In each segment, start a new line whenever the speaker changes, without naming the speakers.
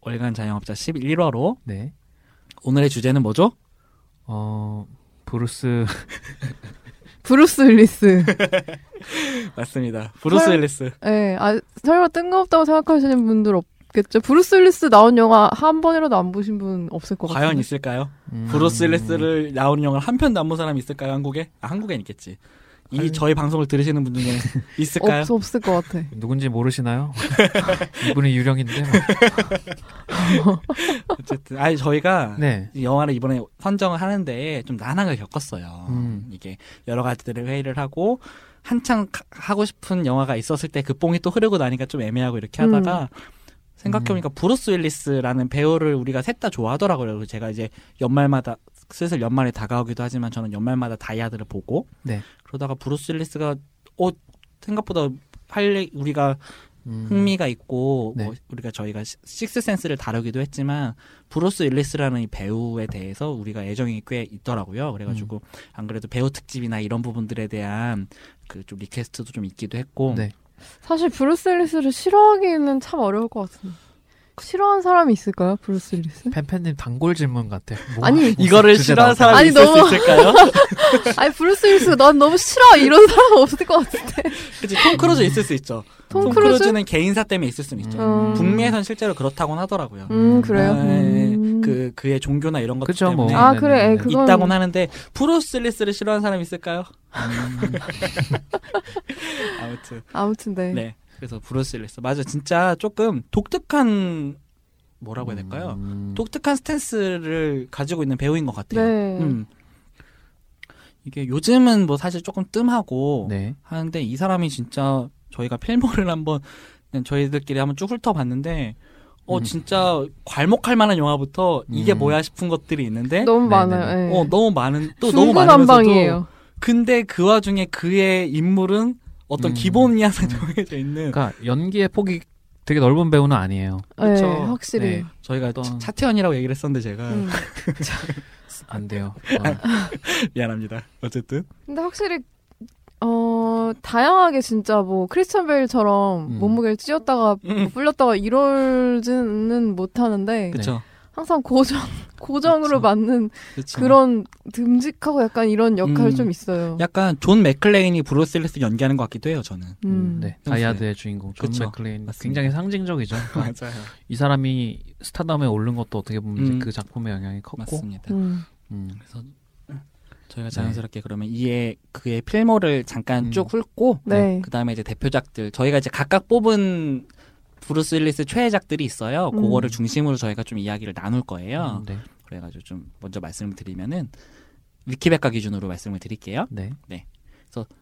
월간 자영업자 11화로
네.
오늘의 주제는 뭐죠?
어, 브루스
브루스 윌리스.
맞습니다. 브루스
헐.
윌리스.
예. 아, 설마 뜬금없다고 생각하시는 분들 없겠죠. 브루스 윌리스 나온 영화 한 번이라도 안 보신 분 없을 것 같아요.
과연 있을까요?
음,
브루스 윌리스를 나온 영화를 한 편도 안 본 사람이 있을까요? 한국에? 아, 한국엔 있겠지. 이
아니.
저희 방송을 들으시는 분 중에 있을까요?
없, 없을 것 같아.
누군지 모르시나요? 이분이 유령인데. 뭐.
어쨌든 아니 저희가
네.
이 영화를 이번에 선정을 하는데 좀 난항을 겪었어요.
음.
이게 여러 가지들을 회의를 하고 한창 가- 하고 싶은 영화가 있었을 때 그 뽕이 또 흐르고 나니까 좀 애매하고 이렇게
음.
하다가 생각해보니까 브루스 윌리스라는 배우를 우리가 셋 다 좋아하더라고요. 그래서 제가 이제 연말마다 슬슬 연말에 다가오기도 하지만 저는 연말마다 다이아드를 보고
네.
그러다가 브루스 윌리스가 어 생각보다 할 얘기- 우리가
음,
흥미가 있고
네.
뭐 우리가 저희가 시- 식스센스를 다루기도 했지만 브루스 윌리스라는 이 배우에 대해서 우리가 애정이 꽤 있더라고요. 그래가지고
음.
안 그래도 배우 특집이나 이런 부분들에 대한 그 좀 리퀘스트도 좀 있기도 했고
네.
사실 브루스 윌리스를 싫어하기는 참 어려울 것 같은데. 싫어하는 사람이 있을까요? 브루스 윌리스?
팬팬님 단골 질문 같아. 뭐,
아니,
무슨
이거를
주제
싫어하는
나올까?
사람이
아니,
있을
너무-
수 있을까요?
아니 브루스 윌리스 난 너무 싫어 이런 사람 없을 것 같은데.
그치 톰 크루즈 있을 수 있죠.
톰 크루즈?
는 개인사 때문에 있을 수는 있죠.
음.
북미에선 실제로 그렇다고는 하더라고요.
음 그래요.
아, 예,
음.
그 그의 종교나 이런 것
그죠 뭐.
때문에 음.
아, 그래,
네네네.
에이, 그거- 그건-
있다고는 하는데 브루스 윌리스를 싫어하는 사람이 있을까요? 음. 아무튼
아무튼 네.
네. 그래서 브루스 윌리스 맞아 진짜 조금 독특한 뭐라고 해야 될까요?
음,
독특한 스탠스를 가지고 있는 배우인 것 같아요.
네.
음. 이게 요즘은 뭐 사실 조금 뜸하고
네.
하는데 이 사람이 진짜 저희가 필모를 한번 그냥 저희들끼리 한번 쭉 훑어봤는데 어
음.
진짜 괄목할 만한 영화부터 이게
음.
뭐야 싶은 것들이 있는데
너무
네,
많아요. 예.
어 너무 많은 또 너무 많으면서도
중구난방이에요.
근데 그 와중에 그의 인물은 어떤
음.
기본 이하에 정해져 있는
그러니까 연기의 폭이 되게 넓은 배우는 아니에요.
예,
그쵸.
확실히.
네.
저희가
어떤-
차- 차태현이라고 얘기를 했었는데 제가
음.
안 돼요.
아.
아,
미안합니다. 어쨌든
근데 확실히 어 다양하게 진짜 뭐 크리스천 베일처럼
음.
몸무게를 찌었다가 뭐 불렸다가 이러지는 못하는데
그렇죠.
항상 고정 고정으로
그쵸.
맞는 그런 듬직하고 약간 이런 역할
그렇죠. 음.
좀 있어요.
약간 존 맥클레인이 브루스 윌리스 연기하는 것 같기도 해요. 저는
음.
네. 다이아드의 주인공 존
그쵸.
맥클레인
맞습니다.
굉장히 상징적이죠. 그러니까
맞아요.
이 사람이 스타덤에 오른 것도 어떻게 보면 이제
음.
그 작품의 영향이 컸고.
맞습니다.
음.
음.
그래서 저희가 자연스럽게 그러면 이의 그의 필모를 잠깐
음.
쭉 훑고
네.
그 다음에 이제 대표작들 저희가 이제 각각 뽑은 브루스 윌리스 최애작들이 있어요.
음.
그거를 중심으로 저희가 좀 이야기를 나눌 거예요.
음, 네.
그래가지고 좀 먼저 말씀을 드리면은 위키백과 기준으로 말씀을 드릴게요.
네.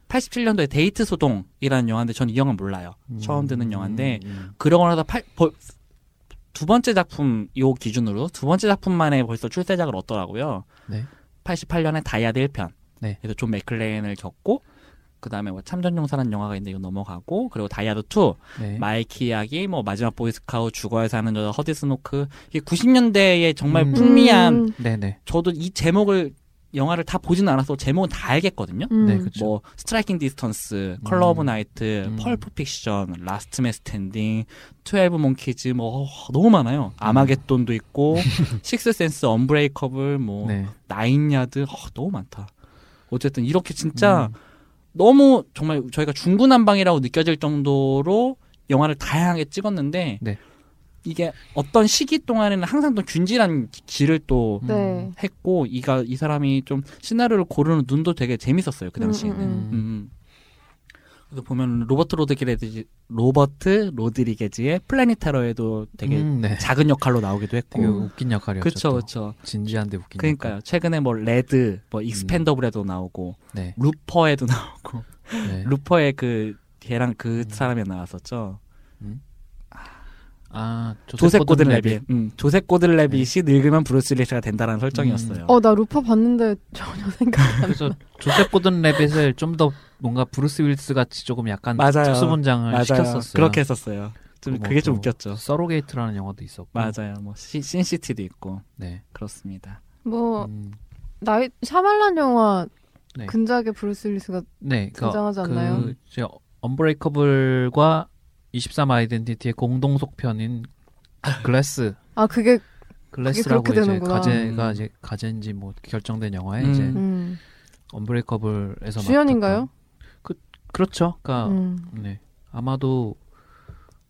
87년도에 데이트 소동이라는 영화인데 저는 이 영화 몰라요. 처음 듣는 영화인데
음,
그러고 나서 팔, 벌- 두 번째 작품 요 기준으로 두 번째 작품만에 벌써 출세작을 얻더라고요.
네.
88년에 다이아드 1편.
네.
그래서 존 맥클레인을 겪고 그다음에 뭐 참전용사라는 영화가 있는데 이거 넘어가고 그리고 다이아드 2,
네.
마이키 이야기, 뭐 마지막 보이스카우, 죽어야 사는 여자, 허디스노크 이게 90년대에 정말
음.
풍미한
음.
네, 네.
저도 이 제목을 영화를 다 보지는 않아서 제목은 다 알겠거든요.
음.
네, 그렇죠.
뭐 스트라이킹 디스턴스, 컬러 오브
음.
나이트,
음.
펄프 픽션, 라스트 맨 스탠딩, 트웰브 몽키즈 뭐 어, 너무 많아요.
음.
아마겟돈도 있고 식스 센스, 언브레이커블 뭐
네.
나인 야드 어, 너무 많다. 어쨌든 이렇게 진짜
음.
너무 정말 저희가 중구난방이라고 느껴질 정도로 영화를 다양하게 찍었는데
네.
이게 어떤 시기 동안에는 항상 또 균질한 길을 또
음.
네.
했고 이가 이 사람이 좀 시나리오를 고르는 눈도 되게 재밌었어요 그 당시에는.
음, 음,
음. 그래서 보면 로버트 로드리게지 로버트 로드리게지의 플래니테러에도 되게
음, 네.
작은 역할로 나오기도
되게
했고.
웃긴 역할이었죠.
그렇죠,
또.
그렇죠.
진지한데 웃긴.
그러니까요. 최근에 뭐 레드, 뭐 익스펜더블에도 나오고
역할. 네.
루퍼에도 나오고
네. 음.
루퍼의 그 걔랑 그 사람이 나왔었죠.
아,
조셉 고든
고든랩이.
레빗. 음, 조셉 고든
네.
레빗이 늙으면 브루스 윌리스가 된다라는
음.
설정이었어요.
어 나 루파 봤는데 전혀 생각.
그래서 조셉 고든 레빗을 좀 더 뭔가 브루스 윌스 같이 조금 약간
맞아요.
특수분장을
맞아요.
시켰었어요.
그렇게 했었어요. 좀
뭐
그게 좀
또
웃겼죠.
서로게이트라는 영화도 있었고.
맞아요. 뭐 시- 신시티도 있고
네.
그렇습니다.
뭐
음,
나이 샤말란 영화
네.
근작에 브루스 윌리스가
네. 그,
등장하지 않나요?
그 이제 언브레이커블과 23 아이덴티티의 공동 속편인 글래스
아 그게
글래스라고
그렇게
이제
되는구나.
가제가
음.
이제 가제인지 뭐 결정된 영화에
음.
이제
음,
언브레이커블에서
주연인가요?
맡았던- 그렇죠. 그러니까
음,
네. 아마도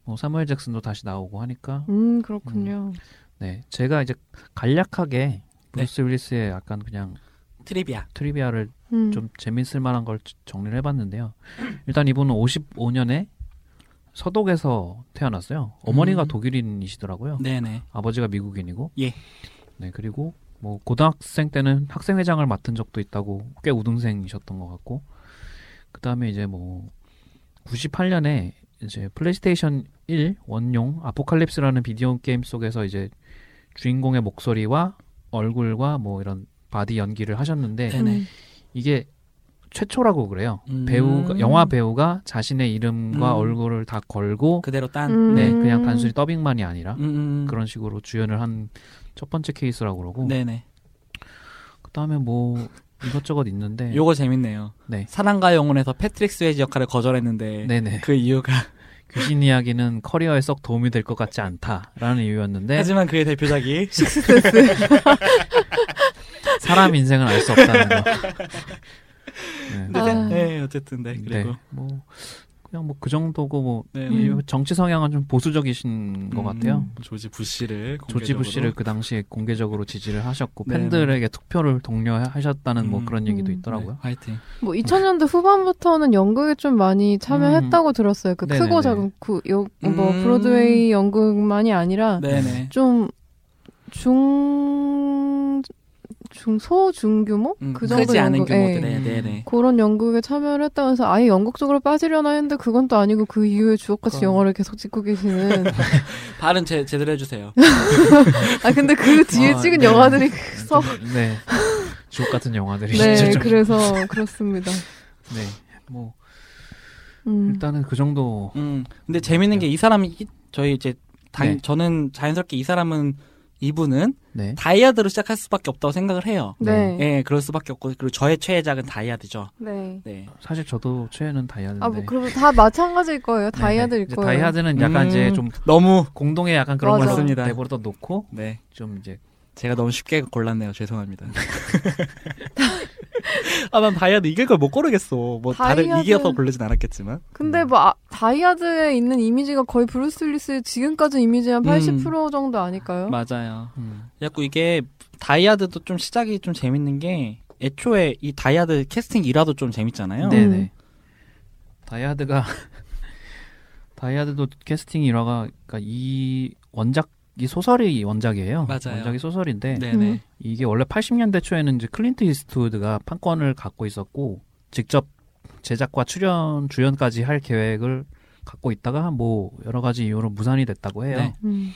뭐 사무엘 잭슨도 다시 나오고 하니까
음 그렇군요.
네. 제가 이제 간략하게 브루스
네.
윌리스의 약간 그냥
트리비아.
트리비아를
음.
좀 재밌을 만한 걸 정리를 해봤는데요. 일단 이분은 55년에 서독에서 태어났어요. 어머니가
음.
독일인이시더라고요.
네네.
아버지가 미국인이고.
예.
네 그리고 뭐 고등학생 때는 학생회장을 맡은 적도 있다고 꽤 우등생이셨던 것 같고 그 다음에 이제 뭐 98년에 이제 플레이스테이션 1 원용 아포칼립스라는 비디오 게임 속에서 이제 주인공의 목소리와 얼굴과 뭐 이런 바디 연기를 하셨는데
네. 네네.
이게 최초라고 그래요.
음.
배우가 영화 배우가 자신의 이름과
음.
얼굴을 다 걸고
그대로 딴.
음.
네 그냥 단순히 더빙만이 아니라
음, 음.
그런 식으로 주연을 한 첫 번째 케이스라고 그러고
네네.
그다음에 뭐 이것저것 있는데
요거 재밌네요.
네.
사랑과 영혼에서 패트릭 스웨이지 역할을 거절했는데
네네
그 이유가
귀신 이야기는 커리어에 썩 도움이 될 것 같지 않다라는 이유였는데
하지만 그의 대표작이
사람 인생은 알 수 없다는 거. 네.
네,
아.
네, 어쨌든 네 그리고
네, 뭐 그냥 뭐 그 정도고 뭐
네,
음.
네.
이 정치 성향은 좀 보수적이신 것
음,
같아요.
조지 부시를
조지
공개적으로.
부시를 그 당시에 공개적으로 지지를 하셨고
네,
팬들에게 투표를 독려하셨다는 뭐
음.
그런 얘기도
음.
있더라고요.
네, 화이팅.
뭐 2000년대 후반부터는 연극에 좀 많이 참여했다고 들었어요. 그
네네네.
크고 작은 그, 요, 뭐
음.
브로드웨이 연극만이 아니라
네네.
좀 중, 중, 소, 중규모?
음,
그 정도
크지 않은
연극, 예.
규모들에 네네.
그런 연극에 참여를 했다고 해서 아예 연극 쪽으로 빠지려나 했는데 그건 또 아니고 그 이후에 주옥같이
그럼.
영화를 계속 찍고 계시는.
발음 제 제대로 해주세요.
아, 근데 그 뒤에
아,
찍은
네.
영화들이 그 썩.
음,
네. 주옥 같은 영화들이 진짜
네,
좀
그래서 그렇습니다.
네. 뭐
음.
일단은 그 정도
음. 근데 재밌는
네.
게 이 사람이 이- 저희 이제 당
네.
저는 자연스럽게 이 사람은 이분은
네.
다이아드로 시작할 수밖에 없다고 생각을 해요.
네. 네.
예, 그럴 수밖에 없고 그리고 저의 최애작은 다이아드죠. 네.
사실 저도 최애는 다이아드인데.
아, 뭐, 그럼 다 마찬가지일 거예요.
네. 네네.
다이아드일
이제
거예요.
다이아드는 약간
음.
이제 좀
너무
공동의 약간 그런 걸
맞습니다.
내버려 놓고
네.
좀 이제
제가 너무 쉽게 골랐네요. 죄송합니다. 아, 난 다이아드 이길 걸 못 고르겠어. 뭐 다른
다이아드-
이겨서 고르진 않았겠지만.
음.
근데 뭐 아, 다이아드에 있는 이미지가 거의 브루스 윌리스의 지금까지 이미지의
음.
한80% 정도 아닐까요?
맞아요.
음,
자꾸 이게 다이아드도 좀 시작이 좀 재밌는 게 애초에 이 다이아드 캐스팅 일화도 좀 재밌잖아요.
네.
네네. 다이아드가 다이아드도 캐스팅 일화가 그러니까 이 원작 이 소설이 원작이에요.
맞아요.
원작이 소설인데
음.
네네.
이게 원래 80년대 초에는 이제 클린트 이스트우드가 판권을 갖고 있었고 직접 제작과 출연 주연까지 할 계획을 갖고 있다가 뭐 여러 가지 이유로 무산이 됐다고 해요.
네.
음.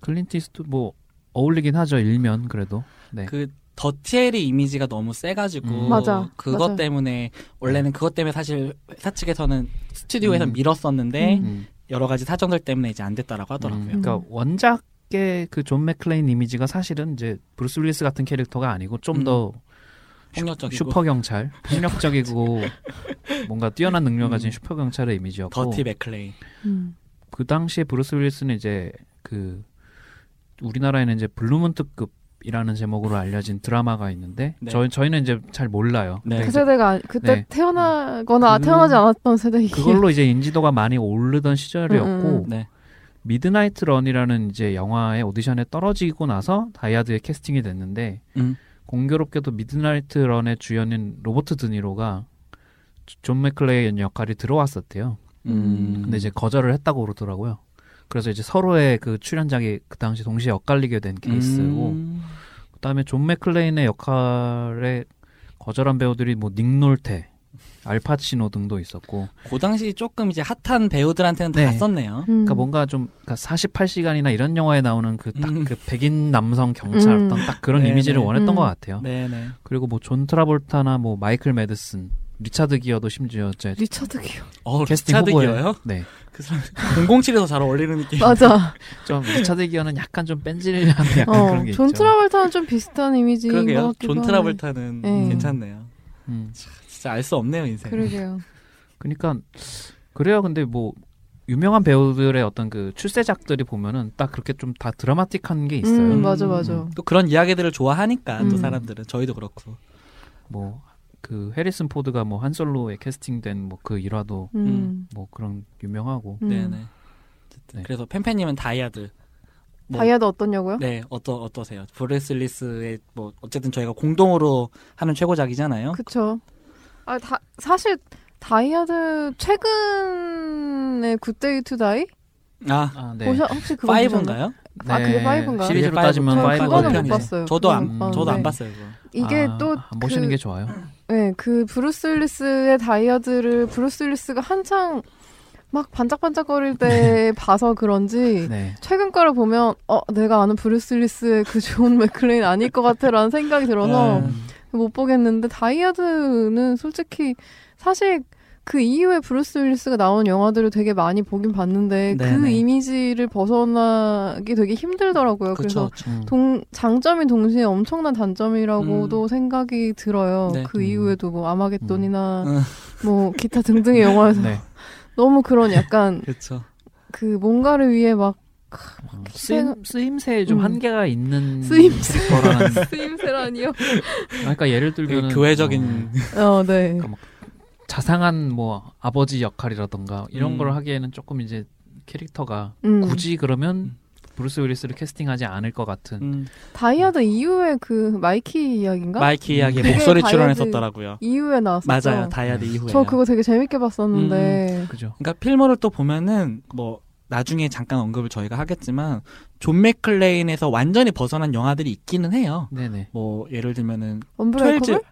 클린트 이스트 뭐 어울리긴 하죠 일면 그래도 네.
그 더티엘이 이미지가 너무 세가지고
음.
맞아.
그것
맞아요.
때문에 원래는 그것 때문에 사실 회사 측에서는 스튜디오에서
음.
밀었었는데
음.
여러 가지 사정들 때문에 이제 안 됐다라고
음,
하더라고요.
그러니까 원작의 그 존 맥클레인 이미지가 사실은 이제 브루스 윌리스 같은 캐릭터가 아니고
음.
좀 더
폭력적이고
슈퍼 경찰, 폭력적이고 뭔가 뛰어난 능력 을 가진
음.
슈퍼 경찰의 이미지였고
더티 맥클레인.
음.
그 당시에 브루스 윌리스는 이제 그 우리나라에는 이제 블루문트급이라는 제목으로 알려진 드라마가 있는데
네.
저희 저희는 이제 잘 몰라요.
네.
근데
그
이제
세대가 아니- 그때
네. 음.
태어나거나
그-
태어나지 않았던 세대이기
그걸로 이제 인지도가 많이 오르던 시절이었고
음, 음.
네.
미드나이트 런이라는 이제 영화의 오디션에 떨어지고 나서 다이아드에 캐스팅이 됐는데
음.
공교롭게도 미드나이트 런의 주연인 로버트 드니로가 조- 존 맥클레인 역할이 들어왔었대요.
음.
근데 이제 거절을 했다고 그러더라고요. 그래서 이제 서로의 그 출연작이 그 당시 동시에 엇갈리게 된 케이스고
음.
그다음에 존 맥클레인의 역할에 거절한 배우들이 뭐 닉놀테, 알파치노 등도 있었고
그 당시 조금 이제 핫한 배우들한테는 다
네.
썼네요.
음.
그러니까 뭔가 좀 그러니까 48시간이나 이런 영화에 나오는 그 딱 그
음.
백인 남성 경찰
음.
어떤 딱 그런
네,
이미지를
네.
원했던
음.
것 같아요.
네네.
그리고 뭐 존 트라볼타나 뭐 마이클 매드슨, 리차드 기어도 심지어 이제
음. 리처드 기어
어,
캐스팅
리차드
후보에
기어요?
네.
그 사람 007에서 잘 어울리는 느낌.
맞아.
좀 리차드 기어는 약간 좀 뺀질한 약간 그런
어,
게 있죠.
존 트라볼타는 좀 비슷한 이미지인 것
그러게요.
같기도
존
하네.
트라블타는
네.
괜찮네요.
음.
진짜 알 수 없네요 인생.
그러게요.
그러니까 그래요. 근데 뭐 유명한 배우들의 어떤 그 출세작들이 보면은 딱 그렇게 좀 다 드라마틱한 게 있어요.
음, 맞아, 맞아.
음.
또 그런 이야기들을 좋아하니까 또
음.
사람들은 저희도 그렇고
뭐 그 해리슨 포드가 뭐 한솔로에 캐스팅된 뭐 그 일화도
음.
음.
뭐 그런 유명하고
음.
네네. 어쨌든
네.
그래서 팬팬님은 다이아드. 뭐,
다이아도 어떠냐고요?
네 어떠 어떠세요? 브레슬리스의 뭐 어쨌든 저희가 공동으로 하는
네.
최고작이잖아요.
그쵸. 아, 다, 사실 다이아드 최근에 굿데이 투다이
아
아, 네.
음. 보셔 혹시 그거 보셨나요?
5인가요?
아, 그게 파이브인가요?
시리즈로
그게
따지면
파이브.
파이브.
그거는 못
편이네.
봤어요. 봤어요.
저도 안
음.
저도
네.
안 봤어요. 그거.
이게
아,
또
안
그,
보시는 게 좋아요.
네, 그 브루스 윌리스의 다이아드를 브루스 윌리스가 한창 막 반짝반짝거릴 때 봐서 그런지
네.
최근 거를 보면 어 내가 아는 브루스 윌리스의 그 존 맥클레인 아닐 것 같아라는 생각이 들어서
네.
못 보겠는데 다이아드는 솔직히 사실 그 이후에 브루스 윌리스가 나온 영화들을 되게 많이 보긴 봤는데 그
네네.
이미지를 벗어나기 되게 힘들더라고요. 그래서
그렇죠.
음.
동, 장점이 동시에 엄청난 단점이라고도 생각이 들어요.
음. 네.
그
음.
이후에도 뭐 아마겟돈이나
음.
뭐 기타 등등의 영화에서
네.
너무 그런 약간
그렇죠.
그 뭔가를 위해 막
어, 쓰임, 쓰임새에 좀
음.
한계가 있는
쓰임새.
거라는 아,
쓰임새라니요.
그러니까 예를 음. 들면
되게 교회적인
어, 네.
그러니까
자상한 뭐 아버지 역할이라던가 이런
음.
걸 하기에는 조금 이제 캐릭터가
음.
굳이 그러면
음.
브루스 윌리스를 캐스팅하지 않을 것 같은
음,
다이아드 이후에 그 마이키 이야기인가?
마이키 이야기
그게
목소리
다이아드-
출연했었더라고요.
이후에 나왔었죠.
맞아요. 다이아드 이후에.
저 그거 되게 재밌게 봤었는데.
그죠?
그러니까 필모를 또 보면은 뭐 나중에 잠깐 언급을 저희가 하겠지만 존 맥클레인에서 완전히 벗어난 영화들이 있기는 해요.
네네.
뭐 예를 들면은
언브레이커블?
트웰즈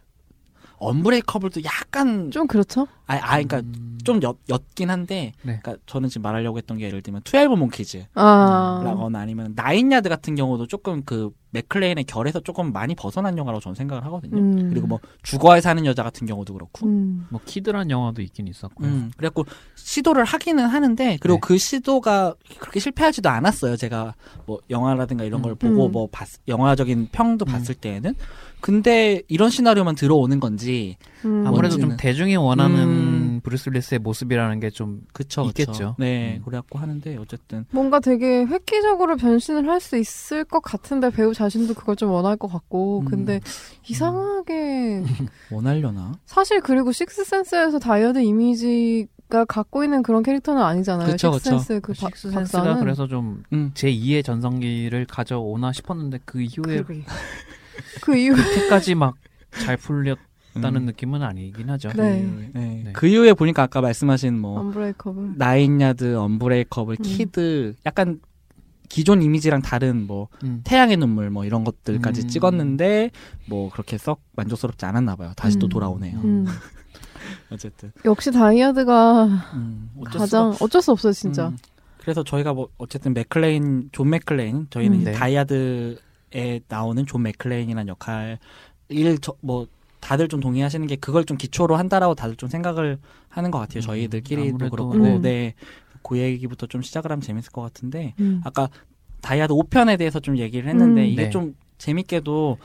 언브레이커블도 약간
좀 그렇죠.
아, 아 그러니까
음,
좀 엿, 엿긴 한데
네.
그러니까 저는 지금 말하려고 했던 게 예를 들면 12 몽키즈
아.
라거나 아니면 나인야드 같은 경우도 조금 그 맥클레인의 결에서 조금 많이 벗어난 영화라고 저는 생각을 하거든요.
음.
그리고 뭐 주거에 사는 여자 같은 경우도 그렇고. 음.
음.
뭐 키드란 영화도 있긴 있었고요.
그래갖고 시도를 하기는 하는데 그리고
네.
그 시도가 그렇게 실패하지도 않았어요. 제가 뭐 영화라든가 이런 걸 보고
음.
뭐 봤, 영화적인 평도
음.
봤을 때에는 근데 이런 시나리오만 들어오는 건지
음.
아무래도
뭔지는.
좀 대중이 원하는
음.
브루스 윌리스의 모습이라는 게 좀
그쵸 그쵸.
있겠죠.
네
음.
그래갖고 하는데 어쨌든
뭔가 되게 획기적으로 변신을 할 수 있을 것 같은데 배우 자신도 그걸 좀 원할 것 같고
음.
근데 이상하게
원하려나?
사실 그리고 식스센스에서 다이어드 이미지가 갖고 있는 그런 캐릭터는 아니잖아요.
그쵸, 그쵸.
식스센스 그
그
바-
식스센스가
박사는.
그래서 좀
음.
제 2의 전성기를 가져오나 싶었는데 그 이후에
그러게. 그 이후
그렇게까지 막 잘 풀렸다는
음.
느낌은 아니긴 하죠.
네.
네.
네.
그 이후에 보니까 아까 말씀하신 뭐
언브레이커블.
나인야드, 언브레이커블,
음.
키드 약간 기존 이미지랑 다른 뭐
음.
태양의 눈물 뭐 이런 것들까지
음.
찍었는데 뭐 그렇게 썩 만족스럽지 않았나 봐요. 다시 또
음.
돌아오네요.
음.
어쨌든
역시 다이아드가
음, 어쩔 수가-
가장 어쩔 수 없어요, 진짜.
음, 그래서 저희가 뭐 어쨌든 맥클레인 존 맥클레인 저희는
음.
이제
네.
다이아드에 나오는 존 맥클레인이란 역할 일뭐 다들 좀 동의하시는 게 그걸 좀 기초로 한다라고 다들 좀 생각을 하는 것 같아요.
음,
저희들끼리도
아무래도,
그렇고
네.
네. 그 얘기부터 좀 시작을 하면 재밌을 것 같은데
음.
아까 다이아드 5편에 대해서 좀 얘기를 했는데
음.
이게
네.
좀 재밌게도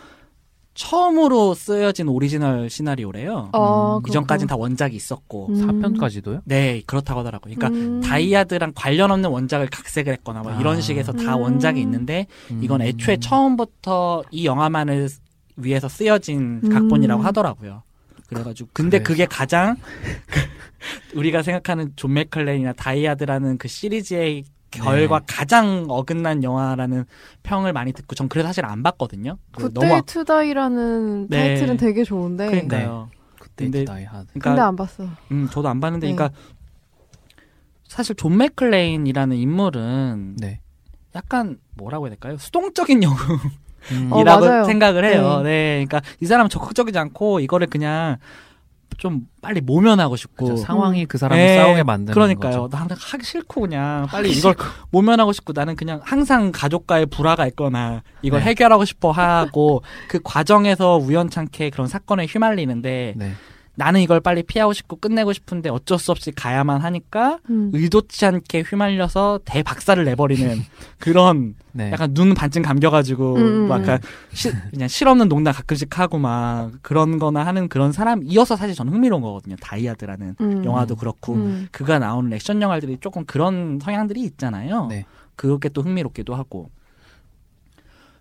처음으로 쓰여진 오리지널 시나리오래요.
아,
음, 이전까진 다 원작이 있었고
음.
4편까지도요?
네 그렇다고 하더라고요. 그러니까
음.
다이아드랑 관련 없는 원작을 각색을 했거나 뭐
아.
이런 식에서 다
음.
원작이 있는데
음.
이건 애초에 처음부터 이 영화만을 위해서 쓰여진
음.
각본이라고 하더라고요. 그래가지고 근데
그래서.
그게 가장 우리가 생각하는 존 맥클레인이나 다이아드라는 그 시리즈의 결과 가장 어긋난 영화라는 평을 많이 듣고 전 그래서 사실 안 봤거든요. 그
굿데이 투다이라는
네.
타이틀은 되게 좋은데
그러니까요.
그때
근데-
다이 하드.
근데
그러니까
안 봤어.
음, 저도 안 봤는데
네.
그러니까 사실 존 맥클레인이라는 인물은
네.
약간 뭐라고 해야 될까요? 수동적인 영웅
음.
어,
이라고
맞아요.
생각을 해요. 네. 그러니까 이 사람은 적극적이지 않고 이거를 그냥 좀 빨리 모면하고 싶고.
그죠. 상황이 그 사람을
네,
싸우게 만드는
그러니까요.
거죠.
나는 하기 싫고 그냥 빨리 이걸 모면하고 싶고 나는 그냥 항상 가족과의 불화가 있거나 이걸
네.
해결하고 싶어 하고 그 과정에서 우연찮게 그런 사건에 휘말리는데
네.
나는 이걸 빨리 피하고 싶고 끝내고 싶은데 어쩔 수 없이 가야만 하니까
음.
의도치 않게 휘말려서 대박사를 내버리는 그런
네.
약간 눈 반쯤 감겨가지고
음.
막 약간 시- 그냥 실없는 농담 가끔씩 하고 막 그런 거나 하는 그런 사람이어서 사실 저는 흥미로운 거거든요. 다이아드라는
음.
영화도 그렇고
음.
그가 나오는 액션 영화들이 조금 그런 성향들이 있잖아요.
네.
그게 또 흥미롭기도 하고.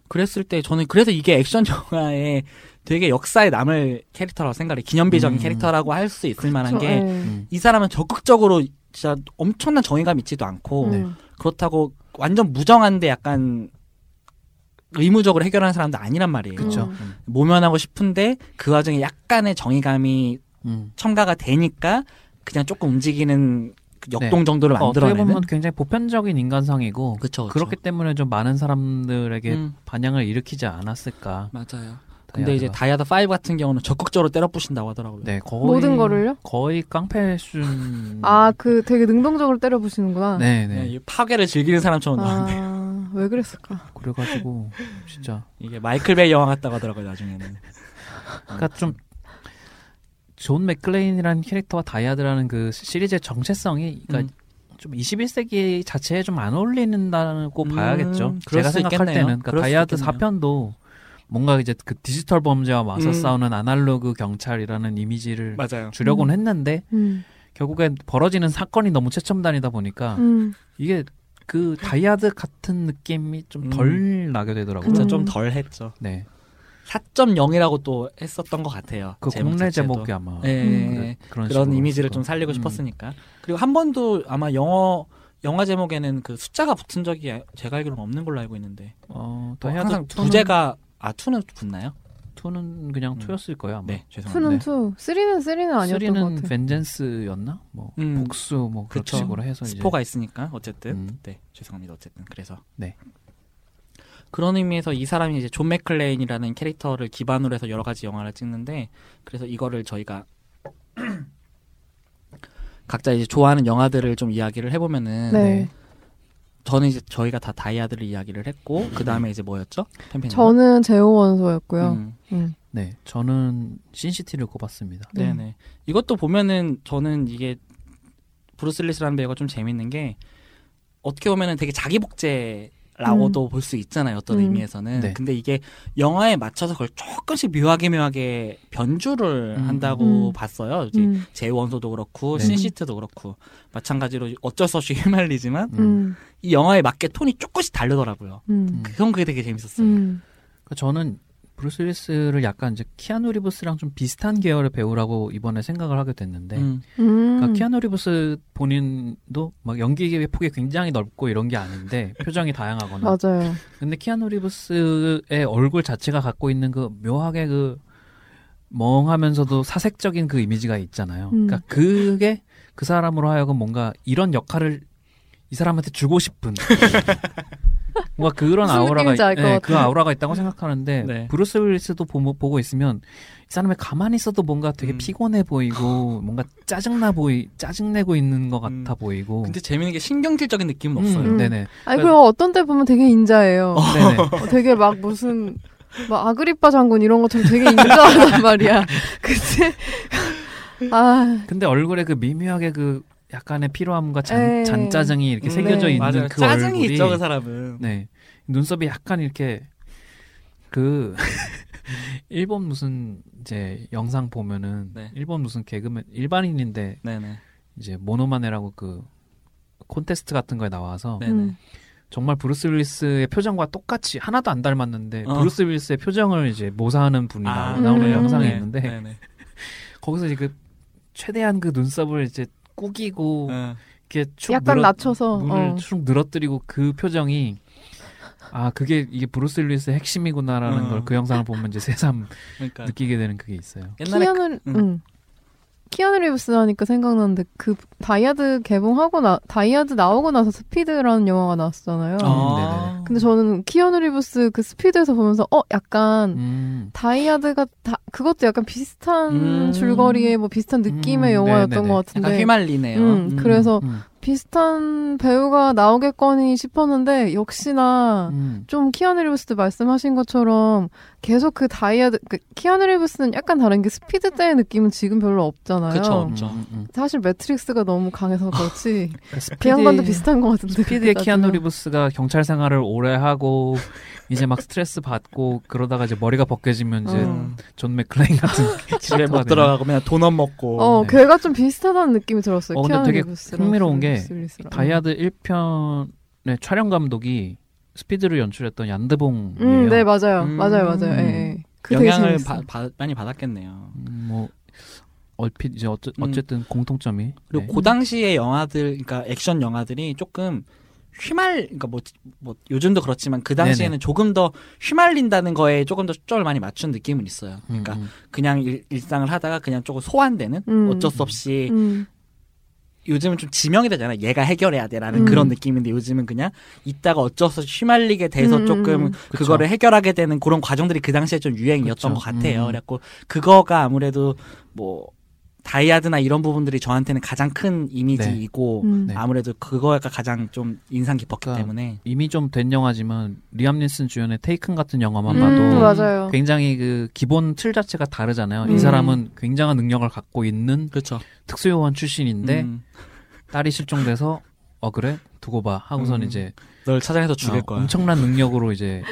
그랬을 때 저는 그래서 이게 액션 영화에 되게 역사에 남을 캐릭터라고 생각해. 기념비적인
음.
캐릭터라고 할 수 있을 만한
저-
게 이
예.
음.
사람은 적극적으로 진짜 엄청난 정의감 있지도 않고
음.
그렇다고 완전 무정한데 약간 의무적으로 해결하는 사람도 아니란 말이에요.
그렇죠.
음.
음.
모면하고 싶은데 그 와중에 약간의 정의감이
음.
첨가가 되니까 그냥 조금 움직이는 그 역동 정도를
그러니까 어떻게
만들어내는
보면 굉장히 보편적인 인간상이고
그렇죠.
그렇기 때문에 좀 많은 사람들에게
음,
반향을 일으키지 않았을까.
맞아요. 근데 이제
다이아드가.
다이아다 5 같은 경우는 적극적으로 때려 부신다고 하더라고요.
네, 거의
모든 거를요?
거의 깡패 수준.
아, 그 되게 능동적으로 때려 부시는구나.
음. 네,
그냥
네.
이 파괴를 즐기는 사람처럼 나오는데
아, 왜 그랬을까?
그래가지고 진짜
이게 마이클 베이 영화 같다고 하더라고요 나중에는. 아,
그러니까 좀 존 맥클레인이라는 캐릭터와 다이아드라는 그 시리즈의 정체성이 그러니까
음.
좀 21세기 자체에 좀 안 어울리는다고
음,
봐야겠죠.
그럴
제가
수
생각할
있겠네요.
때는 그러니까
그럴 수
다이아드
있겠네요.
4편도 뭔가 이제 그 디지털 범죄와 맞서
음.
싸우는 아날로그 경찰이라는 이미지를
맞아요.
주려고는
음.
했는데
음.
결국엔 벌어지는 사건이 너무 최첨단이다 보니까
음.
이게 그 다이아드 같은 느낌이
음.
좀 덜 나게 되더라고요.
진짜
음.
좀 덜했죠.
네.
4.0이라고 또 했었던 것 같아요.
그
제목
국내
자체도.
제목이 아마
예,
그,
그런,
식으로
이미지를
했을
좀 살리고
음.
싶었으니까. 그리고 한 번도 아마 영어 영화 제목에는 그 숫자가 붙은 적이 제가 알기로는 없는 걸로 알고 있는데
어,
또
다이아드
항상
2는, 어,
부제가 아 투는 붙나요?
2는 그냥
음.
2였을 거예요, 아마.
네 죄송합니다.
네.
투는 투, 쓰리는 쓰리는 아니었던 것
3는
같아.
벤젠스였나? 뭐
음,
복수 뭐 그런
그쵸.
식으로 해서 이제
스포가 있으니까 어쨌든
음.
네 죄송합니다 어쨌든 그래서
네.
그런 의미에서 이 사람이 이제 존 맥클레인이라는 캐릭터를 기반으로 해서 여러 가지 영화를 찍는데 그래서 이거를 저희가 각자 이제 좋아하는 영화들을 좀 이야기를 해보면은
네.
저는 이제 저희가 다 다이아들을 이야기를 했고 그 다음에 이제 뭐였죠? 팬팬
저는 제오원소였고요. 음.
네. 저는 신시티를 꼽았습니다.
네.
네네. 이것도 보면은 저는 이게 브루슬리스라는 배우가 좀 재밌는 게 어떻게 보면은 되게 자기 복제라고도 볼 수 있잖아요. 어떤
음.
의미에서는.
네.
근데 이게 영화에 맞춰서 그걸 조금씩 묘하게 묘하게 변주를
음.
한다고
음.
봤어요. 이제
음.
제원소도 그렇고
네.
신시트도 그렇고 마찬가지로 어쩔 수 없이 휘말리지만
음.
음.
이 영화에 맞게 톤이 조금씩 다르더라고요.
음.
그건 그게 되게 재밌었어요.
음.
그러니까 저는 브루스 윌리스를 약간 이제 키아누 리브스랑 좀 비슷한 계열의 배우라고 이번에 생각을 하게 됐는데
음.
그러니까
음.
키아누 리브스 본인도 막 연기의 폭이 굉장히 넓고 이런 게 아닌데 표정이 다양하거나
맞아요.
근데 키아누 리브스의 얼굴 자체가 갖고 있는 그 묘하게 그 멍하면서도 사색적인 그 이미지가 있잖아요.
음.
그러니까 그게 그 사람으로 하여금 뭔가 이런 역할을 이 사람한테 주고 싶은 뭔가 그런
무슨
아우라가
느낌인지 알것
예, 그
같아요. 음.
아우라가 있다고 생각하는데
네.
브루스 윌리스도 보, 보고 있으면 이 사람이 가만히 있어도 뭔가 되게
음.
피곤해 보이고 뭔가 짜증나 보이 짜증내고 있는 것 같아
음.
보이고
어.
근데 재밌는 게 신경질적인 느낌은
음,
없어요.
네네
아니 그리고 어떤 때 보면 되게 인자해요.
네네
어, 되게 막 무슨 막 아그리빠 장군 이런 것처럼 되게 인자하단 말이야. 그치? 아,
근데 얼굴에 그 미묘하게 그 약간의 피로함과
에.
잔, 잔짜증이 이렇게
음,
새겨져
네.
있는
맞아요.
그
짜증이
얼굴이
있죠 그 사람은.
네 눈썹이 약간 이렇게 그 일본 무슨 이제 영상 보면은
네.
일본 무슨 개그맨 일반인인데
네네.
이제 모노마네라고 그 콘테스트 같은 거에 나와서
네네.
음.
정말 브루스 윌리스의 표정과 똑같이 하나도 안 닮았는데
어.
브루스 윌리스의 표정을 이제 모사하는 분이
아,
나오- 나오는
음.
영상이
네,
있는데
네네.
거기서 이제 그 최대한 그 눈썹을 이제 꾸기고
어.
이렇게 축
약간
늘어,
낮춰서
눈을
어.
축 늘어뜨리고 그 표정이 아 그게 이게 브루스 윌리스의 핵심이구나라는
어.
걸 그 영상을 보면 이제 새삼
그러니까
느끼게 되는 그게 있어요.
옛날에
키아누
음.
응. 키아누 리브스 하니까 생각나는데 그 다이아드 개봉하고 나 다이아드 나오고 나서 스피드라는 영화가 나왔잖아요.
그- 아.
근데 저는 키아누 리브스 그 스피드에서 보면서 어 약간
음,
다이아드가 다, 그것도 약간 비슷한
음.
줄거리에 뭐 비슷한 느낌의
음,
영화였던
네네네.
것
약간
같은데
휘말리네요.
음, 그래서
음.
비슷한 배우가 나오겠거니 싶었는데 역시나
음.
좀 키아누 리브스 말씀하신 것처럼 계속 그 다이아드 그 키아누 리브스는 약간 다른 게 스피드 때의 느낌은 지금 별로 없잖아요.
그쵸.
음, 음, 음.
사실 매트릭스가 너무 강해서 그렇지 그
아, 스피드-
양반도 비슷한 것 같은데
스피드의
따지면.
키아누 리브스가 경찰 생활을 오래 하고 이제 막 스트레스 받고 그러다가 이제 머리가 벗겨지면 이제
음.
존 맥클레인 같은
집에 못 들어가고 그냥 돈넛 먹고
어
네.
걔가 좀 비슷하다는 느낌이 들었어요
어, 근데
키아누
되게
리브스랑
흥미로운 게
브루스 윌리스랑.
다이아드 1편의 촬영 감독이 스피드를 연출했던 얀드봉이에요.
음, 네 맞아요
음.
맞아요 맞아요 예, 예. 그 되게
영향을
재밌어요.
바- 바- 많이 받았겠네요.
음, 뭐 얼핏 이제 어째,
음.
어쨌든 공통점이
그리고
네.
그 당시의 영화들, 그러니까 액션 영화들이 조금 휘말, 그러니까 뭐, 뭐 요즘도 그렇지만 그 당시에는
네네. 초점을
조금 더 휘말린다는 거에 조금 더 초점을 많이 맞춘 느낌은 있어요. 그러니까
음, 음.
그냥 일, 일상을 하다가 그냥 조금 소환되는
음.
어쩔 수 없이
음.
요즘은 좀 지명이 되잖아. 얘가 해결해야 돼라는
음.
그런 느낌인데 요즘은 그냥 있다가 어쩔 수 없이 휘말리게 돼서
음,
조금
음.
그쵸.
그거를 해결하게 되는 그런 과정들이 그 당시에 좀 유행이었던
그쵸.
것 같아요.
음.
그래갖고 그거가 아무래도 뭐 다이아드나 이런 부분들이 저한테는 가장 큰 이미지이고
음.
네.
아무래도 그거가 가장 좀 인상 깊었기
그러니까
때문에
이미 좀 된 영화지만 리암 닌슨 주연의 테이큰 같은
음,
영화만 봐도
맞아요
굉장히 그 기본 틀 자체가 다르잖아요.
음.
이 사람은 굉장한 능력을 갖고 있는
그렇죠.
특수요원 출신인데
음,
딸이 실종돼서 어 그래 두고 봐 하고선
음.
이제
널 찾아내서 죽일
어,
거야.
엄청난 능력으로 이제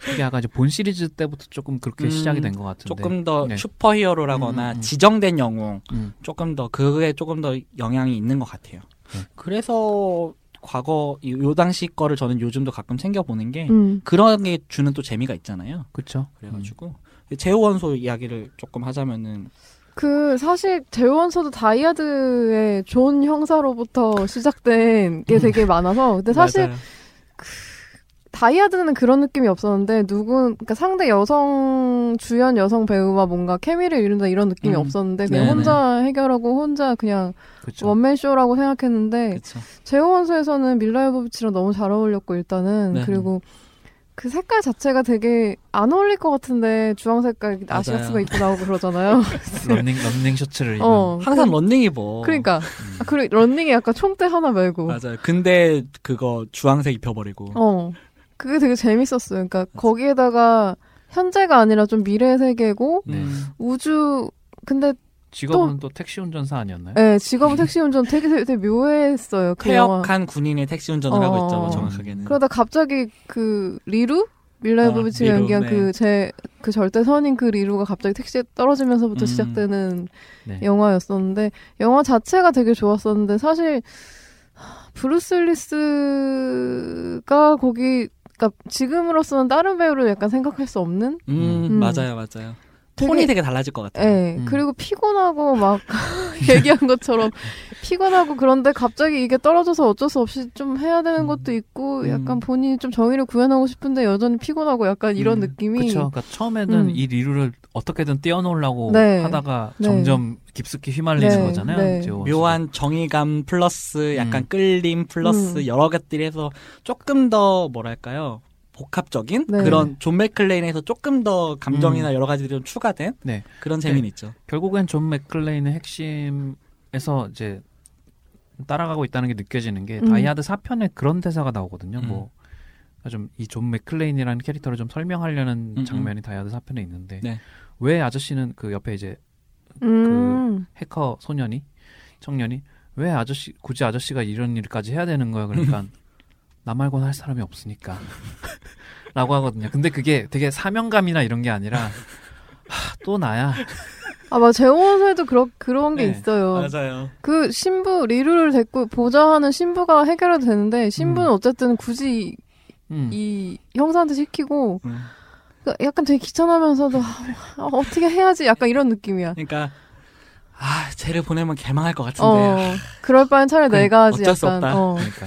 그게 아까 이제 본 시리즈 때부터 조금 그렇게
음,
시작이 된 것 같은데
조금 더
네.
슈퍼히어로라거나
음, 음, 음.
지정된 영웅
음.
조금 더 그거에 조금 더 영향이 있는 것 같아요.
네.
그래서 과거 이- 요 당시 거를 저는 요즘도 가끔 챙겨 보는 게
음.
그런 게 주는 또 재미가 있잖아요.
그렇죠.
그래가지고 제호 원소 이야기를 조금 하자면은
그 사실 재원서도 다이아드의 존 형사로부터 시작된 게 되게 많아서 근데 사실
음. 맞아요.
다이아드는 그런 느낌이 없었는데 누군 그러니까 상대 여성 주연 여성 배우와 뭔가 케미를 이룬다 이런 느낌이
음.
없었는데 그냥
네네.
혼자 해결하고 혼자 그냥
그렇죠.
원맨 쇼라고 생각했는데
그쵸.
제호원소에서는 밀라 요보비치랑 너무 잘 어울렸고 일단은
네.
그리고 그 색깔 자체가 되게 안 어울릴 것 같은데 주황 색깔 아시아스가
맞아요.
입고 나오고 그러잖아요.
런닝 런닝 셔츠를 입은
어.
항상 런닝 입어. 음.
그러니까 아, 그리고 런닝이 약간 총대 하나 말고
맞아요. 근데 그거 주황색 입혀버리고
어 그게 되게 재밌었어요. 그러니까 거기에다가 현재가 아니라 좀 미래 세계고
네.
음.
우주 근데
직업은 또, 택시 운전사 아니었나요?
예, 직업은 택시 운전 되게 되게 묘했어요. 그 영화.
퇴역한 군인의 택시 운전을
어.
하고 있죠, 뭐 정확하게는.
그러다 갑자기 그 리루
아,
밀라이브비치가
리루,
연기한
네.
그 제 그 절대 선인 그 리루가 갑자기 택시에 떨어지면서부터
음.
시작되는
네.
영화였었는데 영화 자체가 되게 좋았었는데 사실 브루스 윌리스가 거기 그러니까 지금으로서는 다른 배우를 약간 생각할 수 없는
음,
음.
맞아요, 맞아요.
되게-
톤이 되게 달라질 것 같아요.
예.
음.
그리고 피곤하고 막 얘기한 것처럼 피곤하고 그런데 갑자기 이게 떨어져서 어쩔 수 없이 좀 해야 되는 것도 있고
음.
약간 본인이 좀 정의를 구현하고 싶은데 여전히 피곤하고 약간 이런
음.
느낌이
그렇죠. 그러니까 처음에는
음.
이 리루를 어떻게든 떼어놓으려고
네.
하다가
네.
점점 깊숙이 휘말리는
네.
거잖아요.
네.
제호 원수가.
묘한 정의감 플러스 약간
음.
끌림 플러스
음.
여러 것들이 해서 조금 더 뭐랄까요 복합적인
네.
그런 존 맥클레인에서 조금 더 감정이나 여러 가지들이 좀 추가된
네.
그런
네.
재미는 있죠.
결국엔 존 맥클레인의 핵심에서 이제 따라가고 있다는 게 느껴지는 게
음.
다이아드 4편에 그런 대사가 나오거든요.
음.
뭐 좀 이 존 맥클레인이라는 캐릭터를 좀 설명하려는
음,
장면이 다이아드 4편에 있는데
네.
왜 아저씨는 그 옆에 이제
음.
해커 소년이 청년이 왜 아저씨 굳이 아저씨가 이런 일까지 해야 되는 거야 그러니까 나 말고는 할 사람이 없으니까 라고 하거든요 근데 그게 되게 사명감이나 이런 게 아니라 하, 또 나야
아, 맞아. 재혼에도 그러, 그런
네.
게 있어요.
맞아요.
그 신부, 리루를 데리고 보좌하는 신부가 해결해도 되는데,
음.
신부는 어쨌든 굳이
음.
이 형사한테 시키고,
음.
그 약간 되게 귀찮으면서도, 아, 아, 어떻게 해야지? 약간 이런 느낌이야.
그러니까 아 쟤를 보내면 개망할 것 같은데
어, 그럴 바엔 차라리
네. 그냥
내가 하지.
어쩔 수
약간,
없다.
어.
그러니까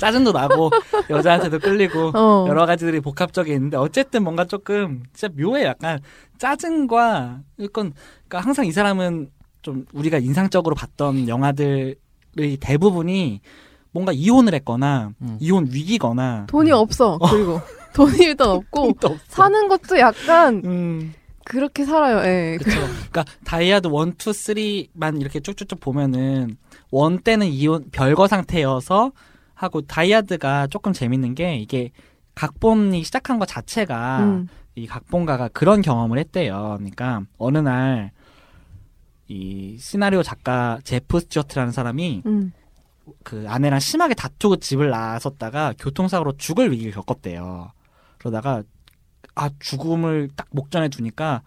짜증도 나고 여자한테도 끌리고
어.
여러 가지들이 복합적이 있는데 어쨌든 뭔가 조금 진짜 묘해 약간 짜증과 이건 그러니까 항상 이 사람은 좀 우리가 인상적으로 봤던 영화들의 대부분이 뭔가 이혼을 했거나
음.
이혼 위기거나 어.
돈이 없어. 그리고 돈이 일단 없고
또 없어.
사는 것도 약간
음,
그렇게 살아요. 예.
그쵸. 그러니까 다이아드 1, 2, 3만 이렇게 쭉쭉쭉 보면은 원 때는 이혼 별거 상태여서 하고 다이아드가 조금 재밌는 게 이게 각본이 시작한 것 자체가
음.
이 각본가가 그런 경험을 했대요. 그러니까 어느 날 이 시나리오 작가 제프 스튜어트라는 사람이
음.
그 아내랑 심하게 다투고 집을 나섰다가 교통사고로 죽을 위기를 겪었대요. 그러다가 아 죽음을 딱 목전에 두니까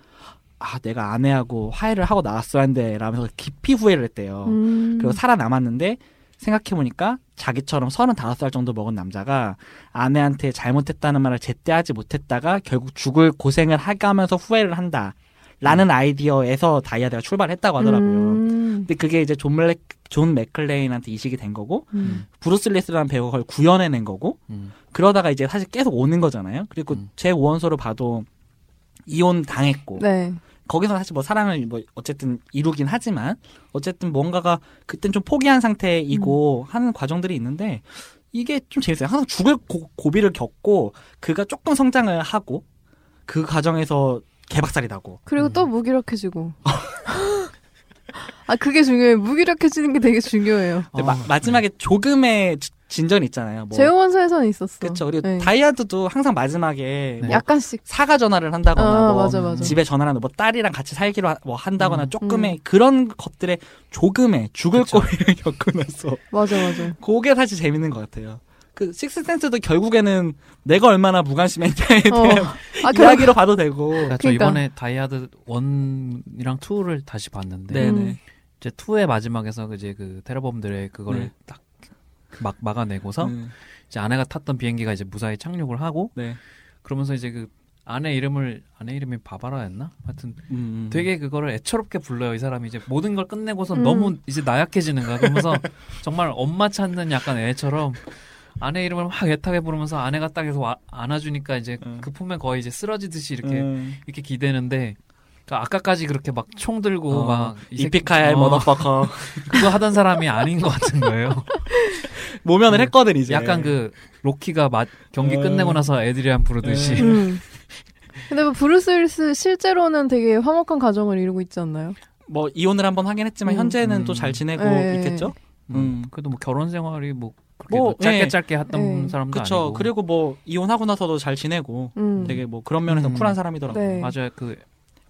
아 내가 아내하고 화해를 하고 나왔어야 했는데 라면서 깊이 후회를 했대요.
음.
어. 그리고 살아남았는데 생각해보니까 자기처럼 35살 정도 먹은 남자가 아내한테 잘못했다는 말을 제때 하지 못했다가 결국 죽을 고생을 하면서 후회를 한다. 라는 아이디어에서 다이아드가 출발했다고 하더라고요.
음.
근데 그게 이제 존, 맥, 존 맥클레인한테 이식이 된 거고
음.
브루스 리스라는 배우가 그걸 구현해낸 거고
음.
그러다가 이제 사실 계속 오는 거잖아요. 그리고
음.
제 오원서를 봐도 이혼 당했고
네.
거기서 사실 뭐 사랑을 뭐 어쨌든 이루긴 하지만 어쨌든 뭔가가 그땐 좀 포기한
음.
상태이고 하는 과정들이 있는데 이게 좀 재밌어요. 항상 죽을 고, 고비를 겪고 그가 조금 성장을 하고 그 과정에서 개박살이 나고
그리고 또 무기력해지고. 아 그게 중요해요. 무기력해지는 게 되게 중요해요.
근데
아,
마, 마지막에 조금의 지- 진전이 있잖아요. 뭐
제호원서에서는 있었어.
그렇죠. 그리고
네.
다이아드도 항상 마지막에
네.
뭐
약간씩.
사과 전화를 한다거나
아,
뭐
맞아, 맞아.
집에 전화를 한다, 뭐 딸이랑 같이 살기로 하- 뭐 한다거나
음.
조금의 그런 것들에 조금의 죽을
그쵸.
고비를 겪고 나서
맞아 맞아.
그게 사실 재밌는 것 같아요. 그 식스센스도 결국에는 내가 얼마나 무관심했냐에
어.
대한
아 결국
이야기로 봐도 되고
그러니까 저
그러니까.
이번에 다이아드 1이랑 2를 다시 봤는데
네네
음.
이제 2의 마지막에서 이제 그 테러범들의 그거를
네.
딱 막 막아내고서
네.
이제 아내가 탔던 비행기가 이제 무사히 착륙을 하고
네.
그러면서 이제 그 아내 이름을 아내 이름이 바바라였나? 하여튼
음.
되게 그거를 애처롭게 불러요. 이 사람이 이제 모든 걸 끝내고서
음.
너무 이제 나약해지는 거야. 그러면서 정말 엄마 찾는 약간 애처럼 아내 이름을 막 애타게 부르면서 아내가 딱 계속 와- 안아주니까 이제
음.
그 품에 거의 이제 쓰러지듯이 이렇게
음.
이렇게 기대는데 그러니까 아까까지 그렇게 막 총 들고
어,
막이 새끼-
이피카의
어,
머더퍼커
그거 하던 사람이 아닌 것 같은 거예요.
모면을 했거든 이제
약간 그 로키가 마- 경기
음.
끝내고 나서 애드리안 부르듯이
음.
음. 근데 뭐 브루스 윌스 실제로는 되게 화목한 가정을 이루고 있지 않나요?
뭐 이혼을 한번 하긴 했지만
음.
현재는
음.
또 잘 지내고
네.
있겠죠.
음.
음.
그래도 뭐 결혼 생활이 뭐 그렇게
뭐,
뭐 짧게
예.
짧게 했던
예.
사람도
그쵸.
아니고
그리고 뭐 이혼하고 나서도 잘 지내고
음.
되게 뭐 그런 면에서
음.
쿨한 사람이더라고요.
네.
맞아요 그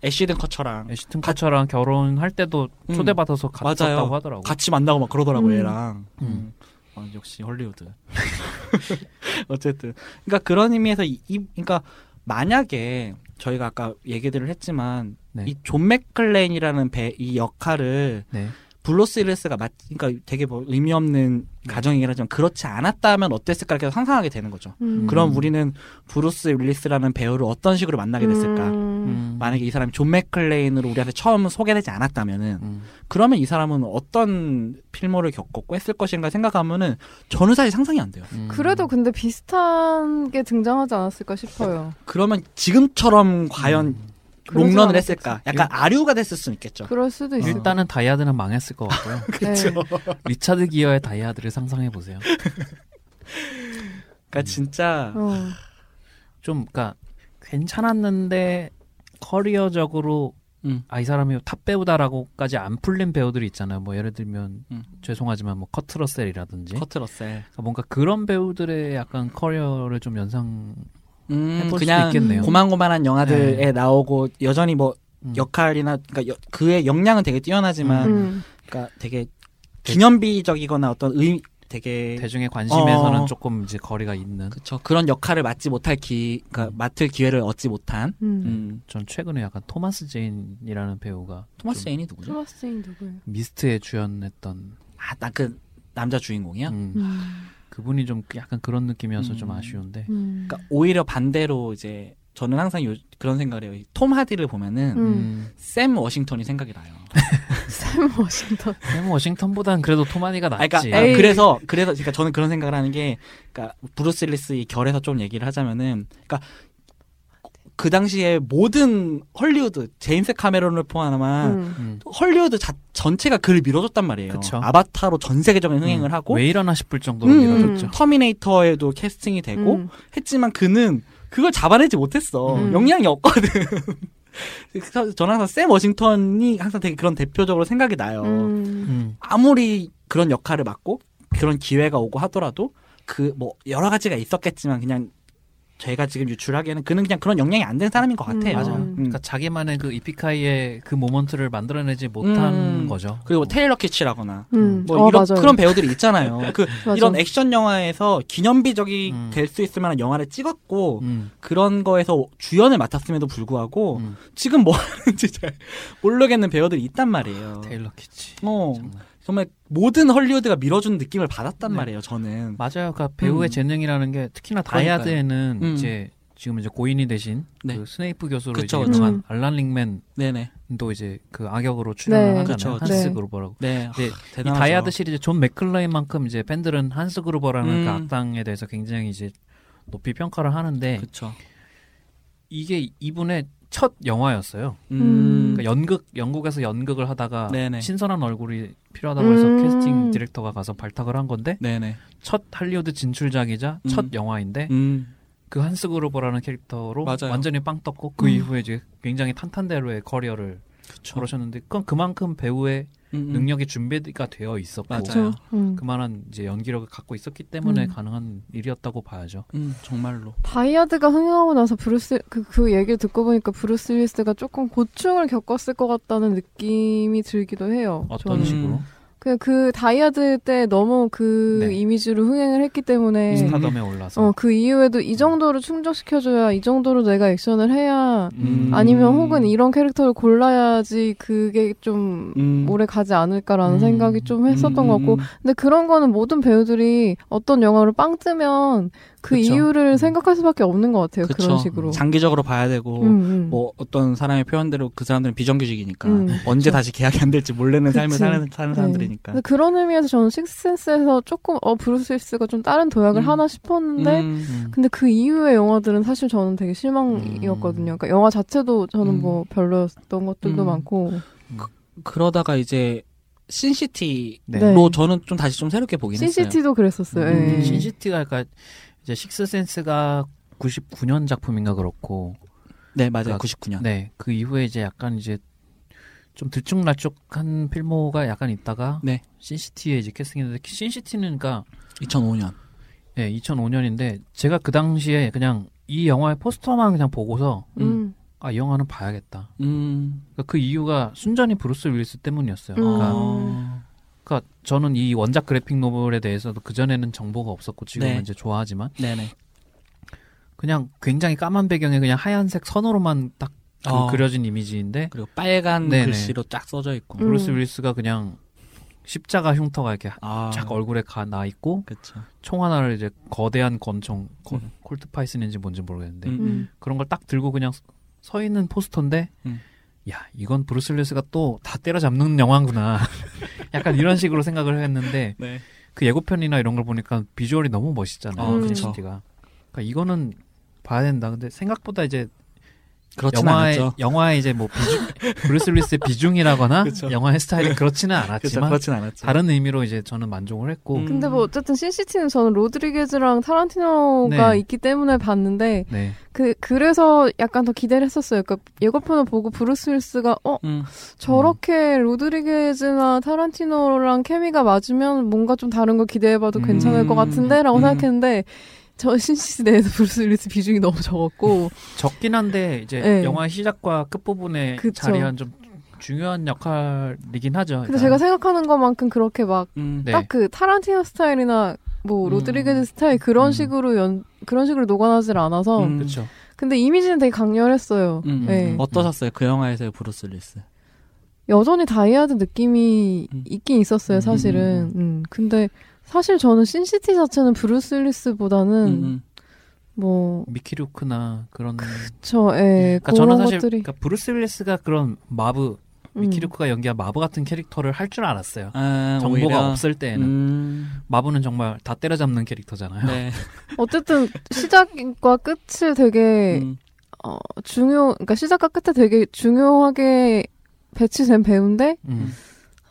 애쉬든 커처랑
예, 애시튼 카처랑 결혼할 때도
음.
초대받아서 갔었다고
맞아요.
하더라고
같이 만나고 막 그러더라고
음.
얘랑.
음.
어, 역시 헐리우드. 어쨌든 그러니까 그런 의미에서 이, 이- 그러니까 만약에 저희가 아까 얘기들을 했지만
네.
이 존 맥클레인이라는 배, 이 역할을
네.
블로스 힐스가 맞 그러니까 되게 뭐 의미 없는
네.
가정이긴 하지만 그렇지 않았다면 어땠을까 계속 상상하게 되는 거죠.
음.
그럼 우리는 브루스 윌리스라는 배우를 어떤 식으로 만나게 됐을까?
음.
음.
만약에 이 사람이 존 맥클레인으로 우리한테 처음 소개되지 않았다면은
음.
그러면 이 사람은 어떤 필모를 겪었고 했을 것인가 생각하면은 저는 사실 상상이 안 돼요.
음.
그래도 근데 비슷한 게 등장하지 않았을까 싶어요.
그러면 지금처럼 과연
그러진
롱런을
않았겠지.
했을까? 약간 아류가 됐을 수는 있겠죠. 네.
그럴 수도 있을 것
일단은 다이아드는 망했을 것 같고요
그쵸.
리차드 기어의 다이아드를 상상해 보세요
그러니까 진짜
같아요. 어.
좀 그러니까 괜찮았는데 커리어적으로
음.
아 이 사람이 탑 배우다라고까지 안 풀린 배우들이 있잖아요. 뭐 예를 들면
음.
죄송하지만 뭐 커트러셀이라든지
커트러셀.
그러니까 뭔가 그런 배우들의 약간 커리어를 좀 연상
음,
해볼 수도
그냥
있겠네요.
고만고만한 영화들에 나오고 여전히 뭐
음.
역할이나 그러니까 여- 그의 역량은 되게 뛰어나지만
음.
그러니까 되게 기념비적이거나 어떤 의 되게
대중의 관심에서는
어.
조금 이제 거리가 있는.
그쵸 그런 역할을 맡지 못할 기 그러니까 맡을 기회를 얻지 못한
음.
음.
전 최근에 약간 토마스 제인이라는 배우가
토마스
좀
제인이 누구죠?
토마스 제인 누구예요?
미스트에 주연했던
아, 나 그 남자 주인공이야?
음,
음.
그분이 좀 약간 그런 느낌이어서 좀
음.
아쉬운데
음.
그러니까 오히려 반대로 이제 저는 항상 요, 그런 생각을 해요. 이톰 하디를 보면은
음.
음.
샘 워싱턴이 생각이 나요.
샘 워싱턴.
샘뭐 워싱턴보단 그래도 토마니가
아, 그러니까
낫지.
아,
에이.
그래서 그래서 그러니까 저는 그런 생각을 하는 게 그러니까 브루스 윌리스 이 결에서 좀 얘기를 하자면은 그러니까 그 당시에 모든 헐리우드 제임스 카메론을 포함한
음.
음.
헐리우드 자- 전체가 그를 밀어줬단 말이에요.
그쵸.
아바타로 전 세계적인 흥행을
음,
하고
왜 이러나 싶을 정도로
음.
밀어줬죠.
터미네이터에도 캐스팅이 되고
음.
했지만 그는 그걸 잡아내지 못했어.
음.
역량이 없거든. 그래서 저는 항상 샘 워싱턴이 항상 되게 그런 대표적으로 생각이 나요.
음.
음.
아무리 그런 역할을 맡고 그런 기회가 오고 하더라도 그 뭐 여러 가지가 있었겠지만 그냥 제가 지금 유출하기에는 그는 그냥 그런 역량이 안 된 사람인 것 같아요.
맞아요.
음.
그러니까 자기만의 그 이피카이의 그 모먼트를 만들어내지 못한
음.
거죠.
그리고 테일러 키치라거나
음.
뭐
어,
이런
맞아요.
그런 배우들이 있잖아요. 그
맞아.
이런 액션 영화에서 기념비적이
음.
될 수 있을 만한 영화를 찍었고
음.
그런 거에서 주연을 맡았음에도 불구하고
음.
지금 뭐 하는지 잘 모르겠는 배우들이 있단 말이에요.
테일러 키치.
어
아, 정말.
정말 모든 헐리우드가 밀어준 느낌을 받았단
네.
말이에요. 저는
맞아요. 그러니까
음.
배우의 재능이라는 게 특히나
그러니까요.
다이아드에는
음.
이제 지금 이제 고인이 되신
네.
그 스네이프 교수로
그쵸,
이제
그쵸.
유명한
음.
알란 링맨도
네네
이제 그 악역으로 출연을
네.
그쵸,
하잖아요. 한스
네.
그루버라고.
네
네,
하,
이
대단하죠.
다이아드 시리즈 존 맥클레인만큼 이제 팬들은 한스 그루버라는
음.
그 악당에 대해서 굉장히 이제 높이 평가를 하는데
그쵸.
이게 이분의 첫 영화였어요.
음,
그러니까 연극 영국에서 연극을 하다가
네네.
신선한 얼굴이 필요하다고 해서
음.
캐스팅 디렉터가 가서 발탁을 한 건데
네네.
첫 할리우드 진출작이자
음.
첫 영화인데
음,
그 한스 그루버라는 캐릭터로
맞아요.
완전히 빵 떴고 그
음.
이후에 이제 굉장히 탄탄대로의 커리어를
그쵸.
걸으셨는데 그건 그만큼 배우의
음, 음.
능력이 준비가 되어 있었고
맞아요.
음.
그만한 이제 연기력을 갖고 있었기 때문에
음.
가능한 일이었다고 봐야죠.
음, 정말로.
다이아드가 흥행하고 나서 브루스 그, 그 얘기를 듣고 보니까 브루스 윌리스가 조금 고충을 겪었을 것 같다는 느낌이 들기도 해요.
어떤
저는-
식으로
음.
그냥 그 다이아드 때 너무 그
네.
이미지로 흥행을 했기 때문에
음.
스타덤에 올라서
네. 어, 그 이후에도 이 정도로 충족시켜줘야 이 정도로 내가 액션을 해야
음.
아니면 혹은 이런 캐릭터를 골라야지 그게 좀
음.
오래 가지 않을까라는
음.
생각이 좀 했었던
음,
것 같고
음,
근데 그런 거는 모든 배우들이 어떤 영화로 빵 뜨면 그
그쵸. 음.
이유를 생각할 수밖에 없는 것 같아요
그쵸.
그런 식으로
장기적으로 봐야 되고
음, 음.
뭐 어떤 사람의 표현대로 그 사람들은 비정규직이니까
음,
언제 다시 계약이 안 될지 모르는 삶을
그치.
사는, 사는
네.
사람들이니까.
근데 그런 의미에서 저는 식스센스에서 조금 어 브루스 윌스가 좀 다른 도약을
음.
하나 싶었는데
음,
음.
근데 그 이후의 영화들은 사실 저는 되게 실망이었거든요. 그러니까 영화 자체도 저는
음.
뭐 별로였던 것들도
음.
많고
그러다가 이제 신시티로
네.
네.
저는 좀 다시 좀 새롭게 보긴 했어요.
신시티도 그랬었어요.
음,
예.
신시티가 그러니까 이제 식스 센스가 99년 작품인가 그렇고
네 맞아요.
그러니까-
99년.
네, 그 이후에 이제 약간 이제 좀 들쭉날쭉한 필모가 약간 있다가
네.
신시티에 이제 캐스팅했는데 신시티는 그러니까
2005년.
예, 2005년인데 제가 그 당시에 그냥 이 영화의 포스터만 그냥 보고서
음.
아 이 영화는 봐야겠다.
음.
그러니까 그 이유가 순전히 브루스 윌리스 때문이었어요.
음.
그러니까,
아.
그러니까 저는 이 원작 그래픽 노vel에 대해서도 그 전에는 정보가 없었고 지금은
네.
이제 좋아하지만
네네.
그냥 굉장히 까만 배경에 그냥 하얀색 선으로만 딱 그
어.
그려진 이미지인데
그리고 빨간
네네.
글씨로 쫙 써져 있고.
음.
브루스 윌리스가 그냥 십자가 흉터가 이렇게
아.
쫙 얼굴에 가 나 있고
그렇죠.
총 하나를 이제 거대한 권총 거-
음.
콜트 파이슨인지 뭔지
네.
모르겠는데
음.
그런 걸 딱 들고 그냥 서- 서 있는 포스터인데
음.
야 이건 브루스 윌리스가 또 다 때려잡는 영화구나 약간 이런 식으로 생각을 했는데
네.
그 예고편이나 이런 걸 보니까 비주얼이 너무
아,
멋있잖아요 아,
그쵸.
그니까 이거는 봐야 된다 근데 생각보다 이제
그렇진
영화의
않았죠.
영화의 이제 뭐 비중 브루스 윌리스의 비중이라거나
그쵸.
영화의 스타일이 그렇지는
그렇죠.
않았지만
그렇진 않았죠.
다른 의미로 이제 저는 만족을 했고
음.
근데 뭐 어쨌든 신시티는 저는 로드리게즈랑 타란티노가
네.
있기 때문에 봤는데
네.
그 그래서 약간 더 기대를 했었어요. 그러니까 예고편을 보고 브루스 윌스가 어
음.
저렇게 로드리게즈나 타란티노랑 케미가 맞으면 뭔가 좀 다른 거 기대해봐도
음.
괜찮을 것 같은데라고
음.
생각했는데 저 신시티 내에서 브루스 윌리스 비중이 너무 적었고
적긴 한데 이제
네.
영화 의 시작과 끝 부분에
그쵸.
자리한 좀 중요한 역할이긴 하죠.
근데
일단.
제가 생각하는 것만큼 그렇게 막 딱 그
음.
네.
타란티노 스타일이나 뭐
음.
로드리게즈 스타일 그런
음.
식으로 연 그런 식으로 녹아나질 않아서
음.
그렇죠.
근데 이미지는 되게 강렬했어요.
음.
네.
어떠셨어요? 그 영화에서의 브루스 리스.
여전히 다이아드 느낌이
음.
있긴 있었어요,
음.
사실은. 음, 근데 사실 저는 신시티 자체는 브루스 윌리스보다는
음,
음,
뭐
미키 루크나 그런
저, 예,
그러니까 저는
그런
사실 그
것들이
그러니까 브루스 윌리스가 그런 마브 미키
음.
루크가 연기한 마브 같은 캐릭터를 할 줄 알았어요.
아,
정보가
오히려.
없을 때에는
음.
마브는 정말 다 때려잡는 캐릭터잖아요.
네.
어쨌든 시작과 끝을 되게
음.
어, 중요, 그러니까 시작과 끝에 되게 중요하게 배치된 배우인데
음.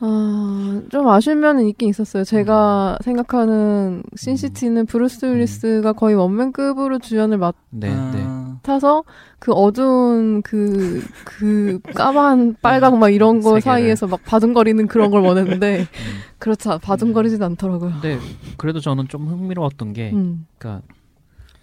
아, 좀 아쉬운 면은 있긴 있었어요. 제가
음.
생각하는 신시티는 브루스 윌리스가 거의 원맨급으로 주연을 맡
네,
아.
네.
맡아서 그 어두운 그, 그 까만 빨강 막 이런 거
세계를.
사이에서 막 바둥거리는 그런 걸 원했는데
음.
그렇지 않- 바둥거리진 않더라고요.
근데 그래도 저는 좀 흥미로웠던 게
음.
그러니까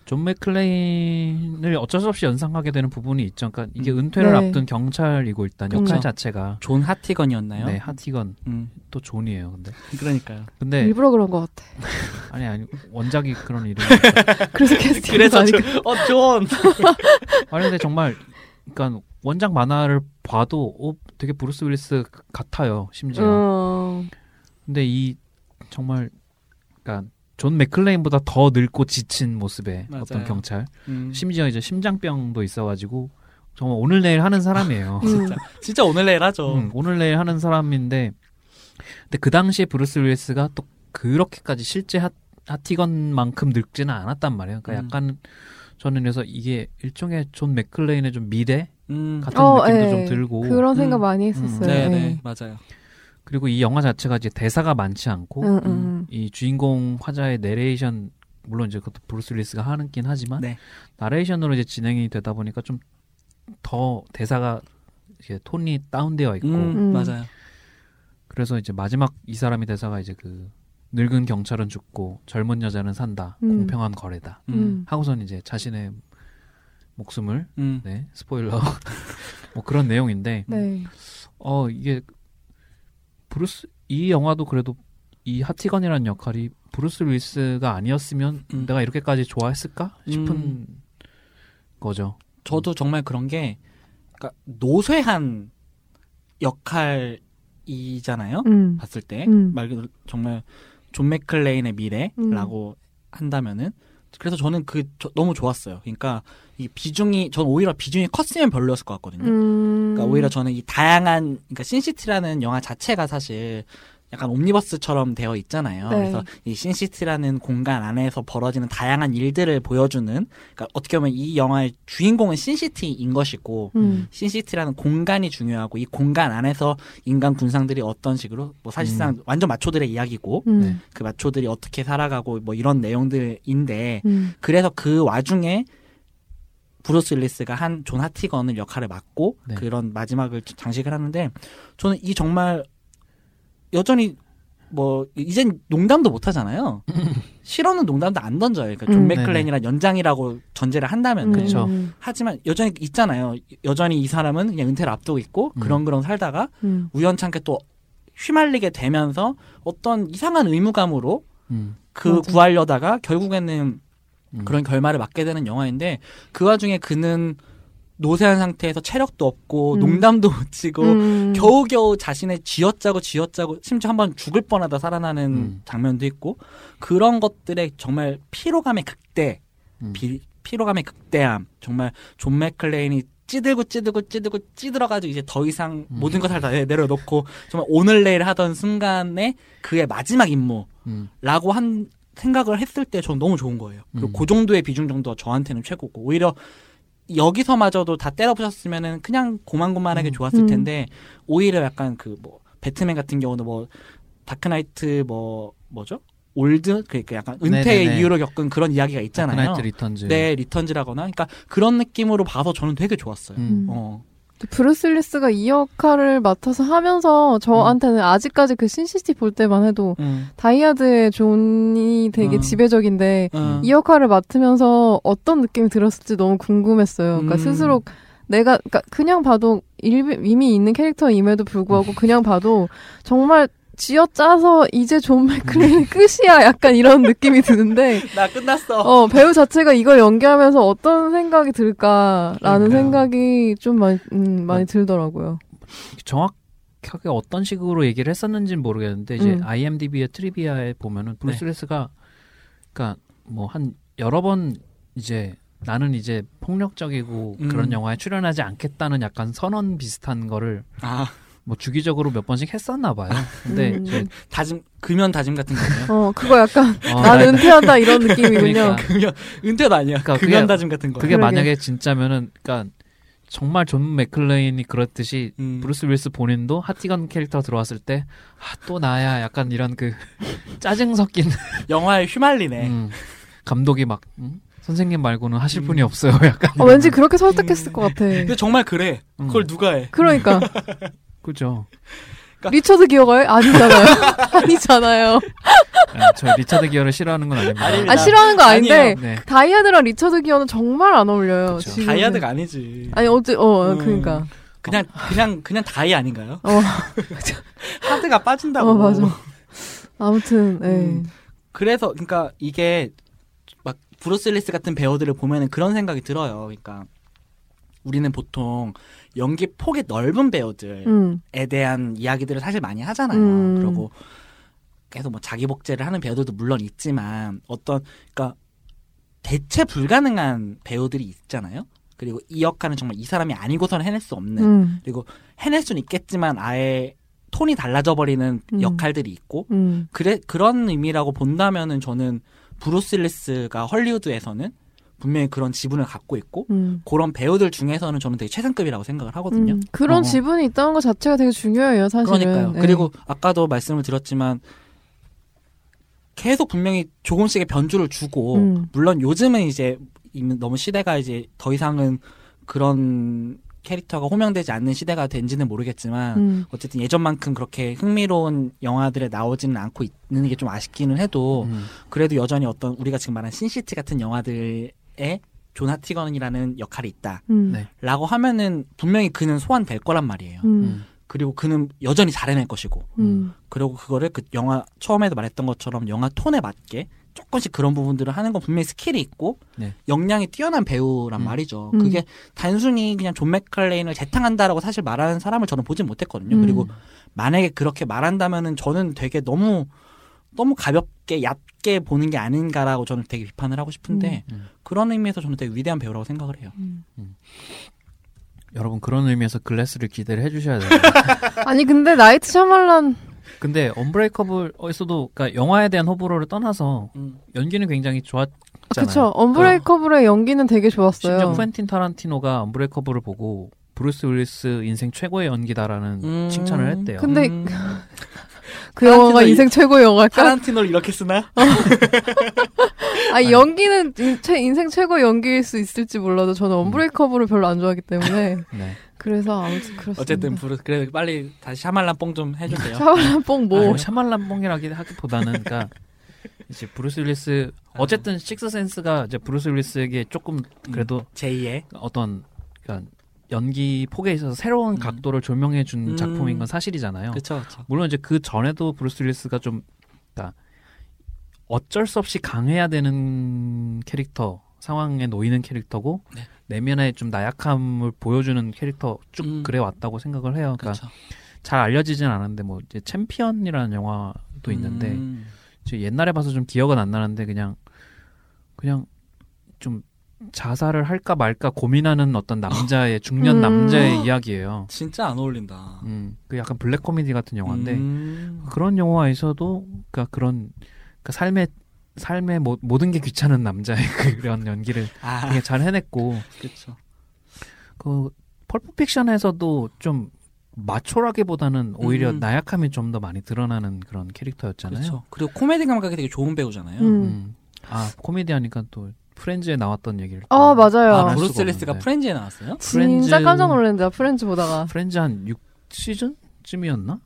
존 맥클레인을 어쩔 수 없이 연상하게 되는 부분이 있죠. 그러니까 이게
음.
은퇴를
네.
앞둔 경찰이고 일단
음.
역할
그렇죠.
자체가
존 하티건이었나요?
네 하티건
음,
또 존이에요. 근데
그러니까요.
근데
일부러 그런 것 같아.
아니 아니 원작이 그런 이름
그래서 캐스팅
그래서
아니
존, 어 존.
아니 근데 정말 그러니까 원작 만화를 봐도 어, 되게 브루스 윌리스 같아요. 그렇죠. 심지어
어,
근데 이 정말 그러니까 존 맥클레인보다 더 늙고 지친 모습의
맞아요.
어떤 경찰
음,
심지어 이제 심장병도 있어가지고 정말 오늘 내일 하는 사람이에요.
음.
진짜 오늘 내일 하죠.
음, 오늘 내일 하는 사람인데 근데 그 당시에 브루스 윌리스가 또 그렇게까지 실제 하, 하티건만큼 늙지는 않았단 말이에요. 그러니까
음.
약간 저는 그래서 이게 일종의 존 맥클레인의 좀 미래
음,
같은
어,
느낌도
예.
좀 들고
그런 생각
음.
많이 했었어요.
네,
예.
네, 맞아요.
그리고 이 영화 자체가 이제 대사가 많지 않고
음, 음.
이 주인공 화자의 내레이션 물론 이제 그것도 브루스 윌리스가 하는긴 하지만
네.
나레이션으로 이제 진행이 되다 보니까 좀 더 대사가 이제 톤이 다운되어 있고
음,
음.
맞아요.
그래서 이제 마지막 이 사람이 대사가 이제 그 늙은 경찰은 죽고 젊은 여자는 산다
음.
공평한 거래다
음,
음.
하고선 이제 자신의 목숨을
음,
네 스포일러 뭐 그런 내용인데
네.
어 이게 브루스 이 영화도 그래도 이 하티건이라는 역할이 브루스 윌리스가 아니었으면
음.
내가 이렇게까지 좋아했을까 싶은
음.
거죠.
저도 정말 그런 게 그러니까 노쇠한 역할이잖아요.
음.
봤을 때 말
음.
그대로 정말 존 맥클레인의 미래라고 한다면은 그래서 저는 그 저- 너무 좋았어요. 그러니까 이 비중이 전 오히려 비중이 컸으면 별로였을 것 같거든요.
음.
그러니까 오히려 저는 이 다양한 그러니까 신시티라는 영화 자체가 사실 약간 옴니버스처럼 되어 있잖아요.
네.
그래서 이 신시티라는 공간 안에서 벌어지는 다양한 일들을 보여주는 그러니까 어떻게 보면 이 영화의 주인공은 신시티인 것이고
음.
신시티라는 공간이 중요하고 이 공간 안에서 인간 군상들이 어떤 식으로 뭐 사실상 완전 마초들의 이야기고
음.
네.
그 마초들이 어떻게 살아가고 뭐 이런 내용들인데
음.
그래서 그 와중에 브루스 윌리스가 한 존 하티건을 역할을 맡고
네.
그런 마지막을 장식을 하는데 저는 이 정말 여전히 뭐 이젠 농담도 못 하잖아요. 실어는 농담도 안 던져요. 그러니까 존
음.
맥클렌이란 연장이라고 전제를 한다면 은
그쵸.
음.
하지만 여전히 있잖아요. 여전히 이 사람은 그냥 은퇴를 앞두고 있고
음.
그런그런 살다가
음.
우연찮게 또 휘말리게 되면서 어떤 이상한 의무감으로
음.
그
맞아요.
구하려다가 결국에는
음.
그런 결말을 맞게 되는 영화인데 그 와중에 그는 노쇠한 상태에서 체력도 없고
음.
농담도 못 치고
음.
겨우겨우 자신의 쥐어짜고 쥐어짜고 심지어 한번 죽을 뻔하다 살아나는
음.
장면도 있고 그런 것들의 정말 피로감의 극대
음.
비- 피로감의 극대함 정말 존 맥클레인이 찌들고 찌들고 찌들고 찌들어가지고 이제 더 이상
음.
모든 것을 다 내- 내려놓고 정말 오늘 내일 하던 순간에 그의 마지막 임무라고
음.
한 생각을 했을 때 저는 너무 좋은 거예요. 그리고
음.
그 정도의 비중 정도가 저한테는 최고고 오히려 여기서마저도 다 때려부셨으면은 그냥 고만고만하게
음.
좋았을
음.
텐데 오히려 약간 그 뭐 배트맨 같은 경우도 뭐 다크나이트 뭐 뭐죠 올드 그러니까 약간 은퇴의
네네네.
이유로 겪은 그런 이야기가 있잖아요.
다크나이트 리턴즈.
네, 리턴즈라거나. 그러니까 그런 느낌으로 봐서 저는 되게 좋았어요.
음.
어.
브루스 윌리스가 이 역할을 맡아서 하면서 저한테는 아직까지 그 신시티 볼 때만 해도
음.
다이아드의 존이 되게
음.
지배적인데
어.
음.
이 역할을 맡으면서 어떤 느낌이 들었을지 너무 궁금했어요. 그러니까
음.
스스로 내가 그러니까 그냥 봐도 일- 이미 있는 캐릭터임에도
음.
불구하고 그냥 봐도 정말 쥐어짜서 이제
음.
존 맥클린이 끝이야 약간 이런 느낌이 드는데
나 끝났어.
어, 배우 자체가 이걸 연기하면서 어떤 생각이 들까라는
그러니까요.
생각이 좀 많이, 음, 많이
음.
들더라고요.
정확하게 어떤 식으로 얘기를 했었는지는 모르겠는데 이제
음.
IMDb의 트리비아에 보면은 브루스
네.
윌리스가 그러니까 뭐 한 여러 번 이제 나는 이제 폭력적이고
음.
그런 영화에 출연하지 않겠다는 약간 선언 비슷한 거를
아,
뭐 주기적으로 몇 번씩 했었나 봐요. 근데
음.
이제
다짐 금연 다짐 같은 거예요.
어, 그거 약간
어,
난
나-
은퇴한다 이런 느낌이군요.
그러니까.
금연 은퇴도 아니야.
그러니까
금연
그게-
다짐 같은 거.
그게
그러게.
만약에 진짜면은 그러니까 정말 존 맥클레인이 그렇듯이
음.
브루스 윌스 본인도 하티건 캐릭터 들어왔을 때 아 또 나야 약간 이런 그 짜증 섞인
영화에 휘말리네.
음, 감독이 막 음? 선생님 말고는 하실
음.
분이 없어요. 약간
아, 왠지 그렇게 설득했을 것 같아.
근데 정말 그래.
음.
그걸 누가 해?
그러니까
그죠.
리처드 기어가요? 아니잖아요. 아니잖아요.
아, 저 리차드 기어를 싫어하는 건 아닙니다.
아닙니다.
아 싫어하는 거 아닌데
아니에요.
네.
다이아드랑 리처드 기어는 정말 안 어울려요.
그쵸.
지금은.
다이아드가 아니지.
아니 어째 어
음.
그러니까
그냥 그냥 그냥 다이 아닌가요?
어.
하드가 빠진다고.
어, 맞아. 아무튼 예.
음. 그래서 그러니까 이게 막 브루스 윌리스 같은 배우들을 보면은 그런 생각이 들어요. 그러니까 우리는 보통 연기 폭이 넓은 배우들에
음.
대한 이야기들을 사실 많이 하잖아요.
음.
그리고 계속 뭐 자기 복제를 하는 배우들도 물론 있지만 어떤 그러니까 대체 불가능한 배우들이 있잖아요. 그리고 이 역할은 정말 이 사람이 아니고서는 해낼 수 없는
음.
해낼 수는 있겠지만 아예 톤이 달라져 버리는
음.
역할들이 있고
음.
그래 그런 의미라고 본다면은 저는 브루스 윌리스가 헐리우드에서는 분명히 그런 지분을 갖고 있고
음.
그런 배우들 중에서는 저는 되게 최상급이라고 생각을 하거든요.
음. 그런
어.
지분이 있다는 것 자체가 되게 중요해요, 사실은.
그러니까요.
예.
그리고 아까도 말씀을 드렸지만 계속 분명히 조금씩의 변주를 주고
음.
물론 요즘은 이제 이미 너무 시대가 이제 더 이상은 그런 캐릭터가 호명되지 않는 시대가 된지는 모르겠지만
음.
어쨌든 예전만큼 그렇게 흥미로운 영화들에 나오지는 않고 있는 게 좀 아쉽기는 해도
음.
그래도 여전히 어떤 우리가 지금 말한 신시티 같은 영화들에 조나티건이라는 역할이
음.
네.
있다라고 하면은 분명히 그는 소환될 거란 말이에요.
음.
음.
그리고 그는 여전히 잘해낼 것이고
음.
그리고 그거를 그 영화 처음에도 말했던 것처럼 영화 톤에 맞게 조금씩 그런 부분들을 하는 건 분명히 스킬이 있고
네.
역량이 뛰어난 배우란
음.
말이죠.
음.
그게 단순히 그냥 존 맥클레인을 재탕한다라고 사실 말하는 사람을 저는 보진 못했거든요.
음.
그리고 만약에 그렇게 말한다면은 저는 되게 너무 너무 가볍게 얕게 보는 게 아닌가라고 저는 되게 비판을 하고 싶은데
음. 음.
그런 의미에서 저는 되게 위대한 배우라고 생각을 해요.
음.
여러분 그런 의미에서 글래스를 기대를 해주셔야 돼요.
아니 근데 나이트 샤말란
근데 언브레이커블에서도 그러니까 영화에 대한 호불호를 떠나서 연기는 굉장히 좋았잖아요.
그쵸 언브레이커블의 연기는 되게
심지어
좋았어요.
쿠엔틴 타란티노가 언브레이커블을 보고 브루스 윌리스 인생 최고의 연기다라는
음.
칭찬을 했대요.
근데
음.
그 영화가
타란티노
인생 최고의 영화일까?
타란티노를 이렇게 쓰나?
아 연기는 인- 최- 인생 최고 연기일 수 있을지 몰라도 저는
음.
언브레이커블을 별로 안 좋아하기 때문에
네.
그래서 아무튼 그렇습니다.
어쨌든 부르 그래 빨리 다시 샤말란 뽕 좀 해주세요.
샤말란 뽕
아,
뭐.
뭐 샤말란뽕이라기 하기보다는 그러니까 이제 브루스 윌리스 어쨌든 식스 센스가 이제 브루스 윌리스에게 조금
음.
그래도
제2의
어떤 그러니까 연기 폭에 있어서 새로운
음.
각도를 조명해 준
음.
작품인 건 사실이잖아요.
그렇죠, 그렇죠.
물론 이제 그 전에도 브루스 윌리스가 좀 그러니까 어쩔 수 없이 강해야 되는 캐릭터 상황에 놓이는 캐릭터고
네.
내면의 좀 나약함을 보여주는 캐릭터 쭉
음.
그래 왔다고 생각을 해요.
그렇죠.
그러니까 잘 알려지진 않았는데 뭐 이제 챔피언이라는 영화도 있는데
음.
제 옛날에 봐서 좀 기억은 안 나는데 그냥 그냥 좀 자살을 할까 말까 고민하는 어떤 남자의 중년
음.
남자의 이야기예요.
진짜 안 어울린다.
음, 그 약간 블랙 코미디 같은 영화인데
음.
그런 영화에서도 그러니까 그런 그러니까 삶의 삶의 모, 모든 게 귀찮은 남자의 그런 연기를
아,
되게 잘 해냈고
그렇죠.
그 펄프 픽션에서도 좀 마초라기보다는 오히려
음.
나약함이 좀 더 많이 드러나는 그런 캐릭터였잖아요.
그렇죠. 그리고 코미디 감각이 되게 좋은 배우잖아요.
음.
음. 아 코미디하니까 또 프렌즈에 나왔던 얘기를 또
아 맞아요.
아,
알
브루스
수가
윌리스가
없는데.
프렌즈에 나왔어요?
진짜
프렌즈-
깜짝 놀랐는데 프렌즈 보다가
프렌즈 한 6시즌쯤이었나?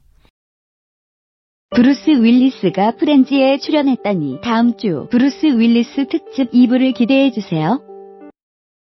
브루스 윌리스가 프렌즈에 출연했다니 다음 주 브루스 윌리스 특집 2부를 기대해 주세요.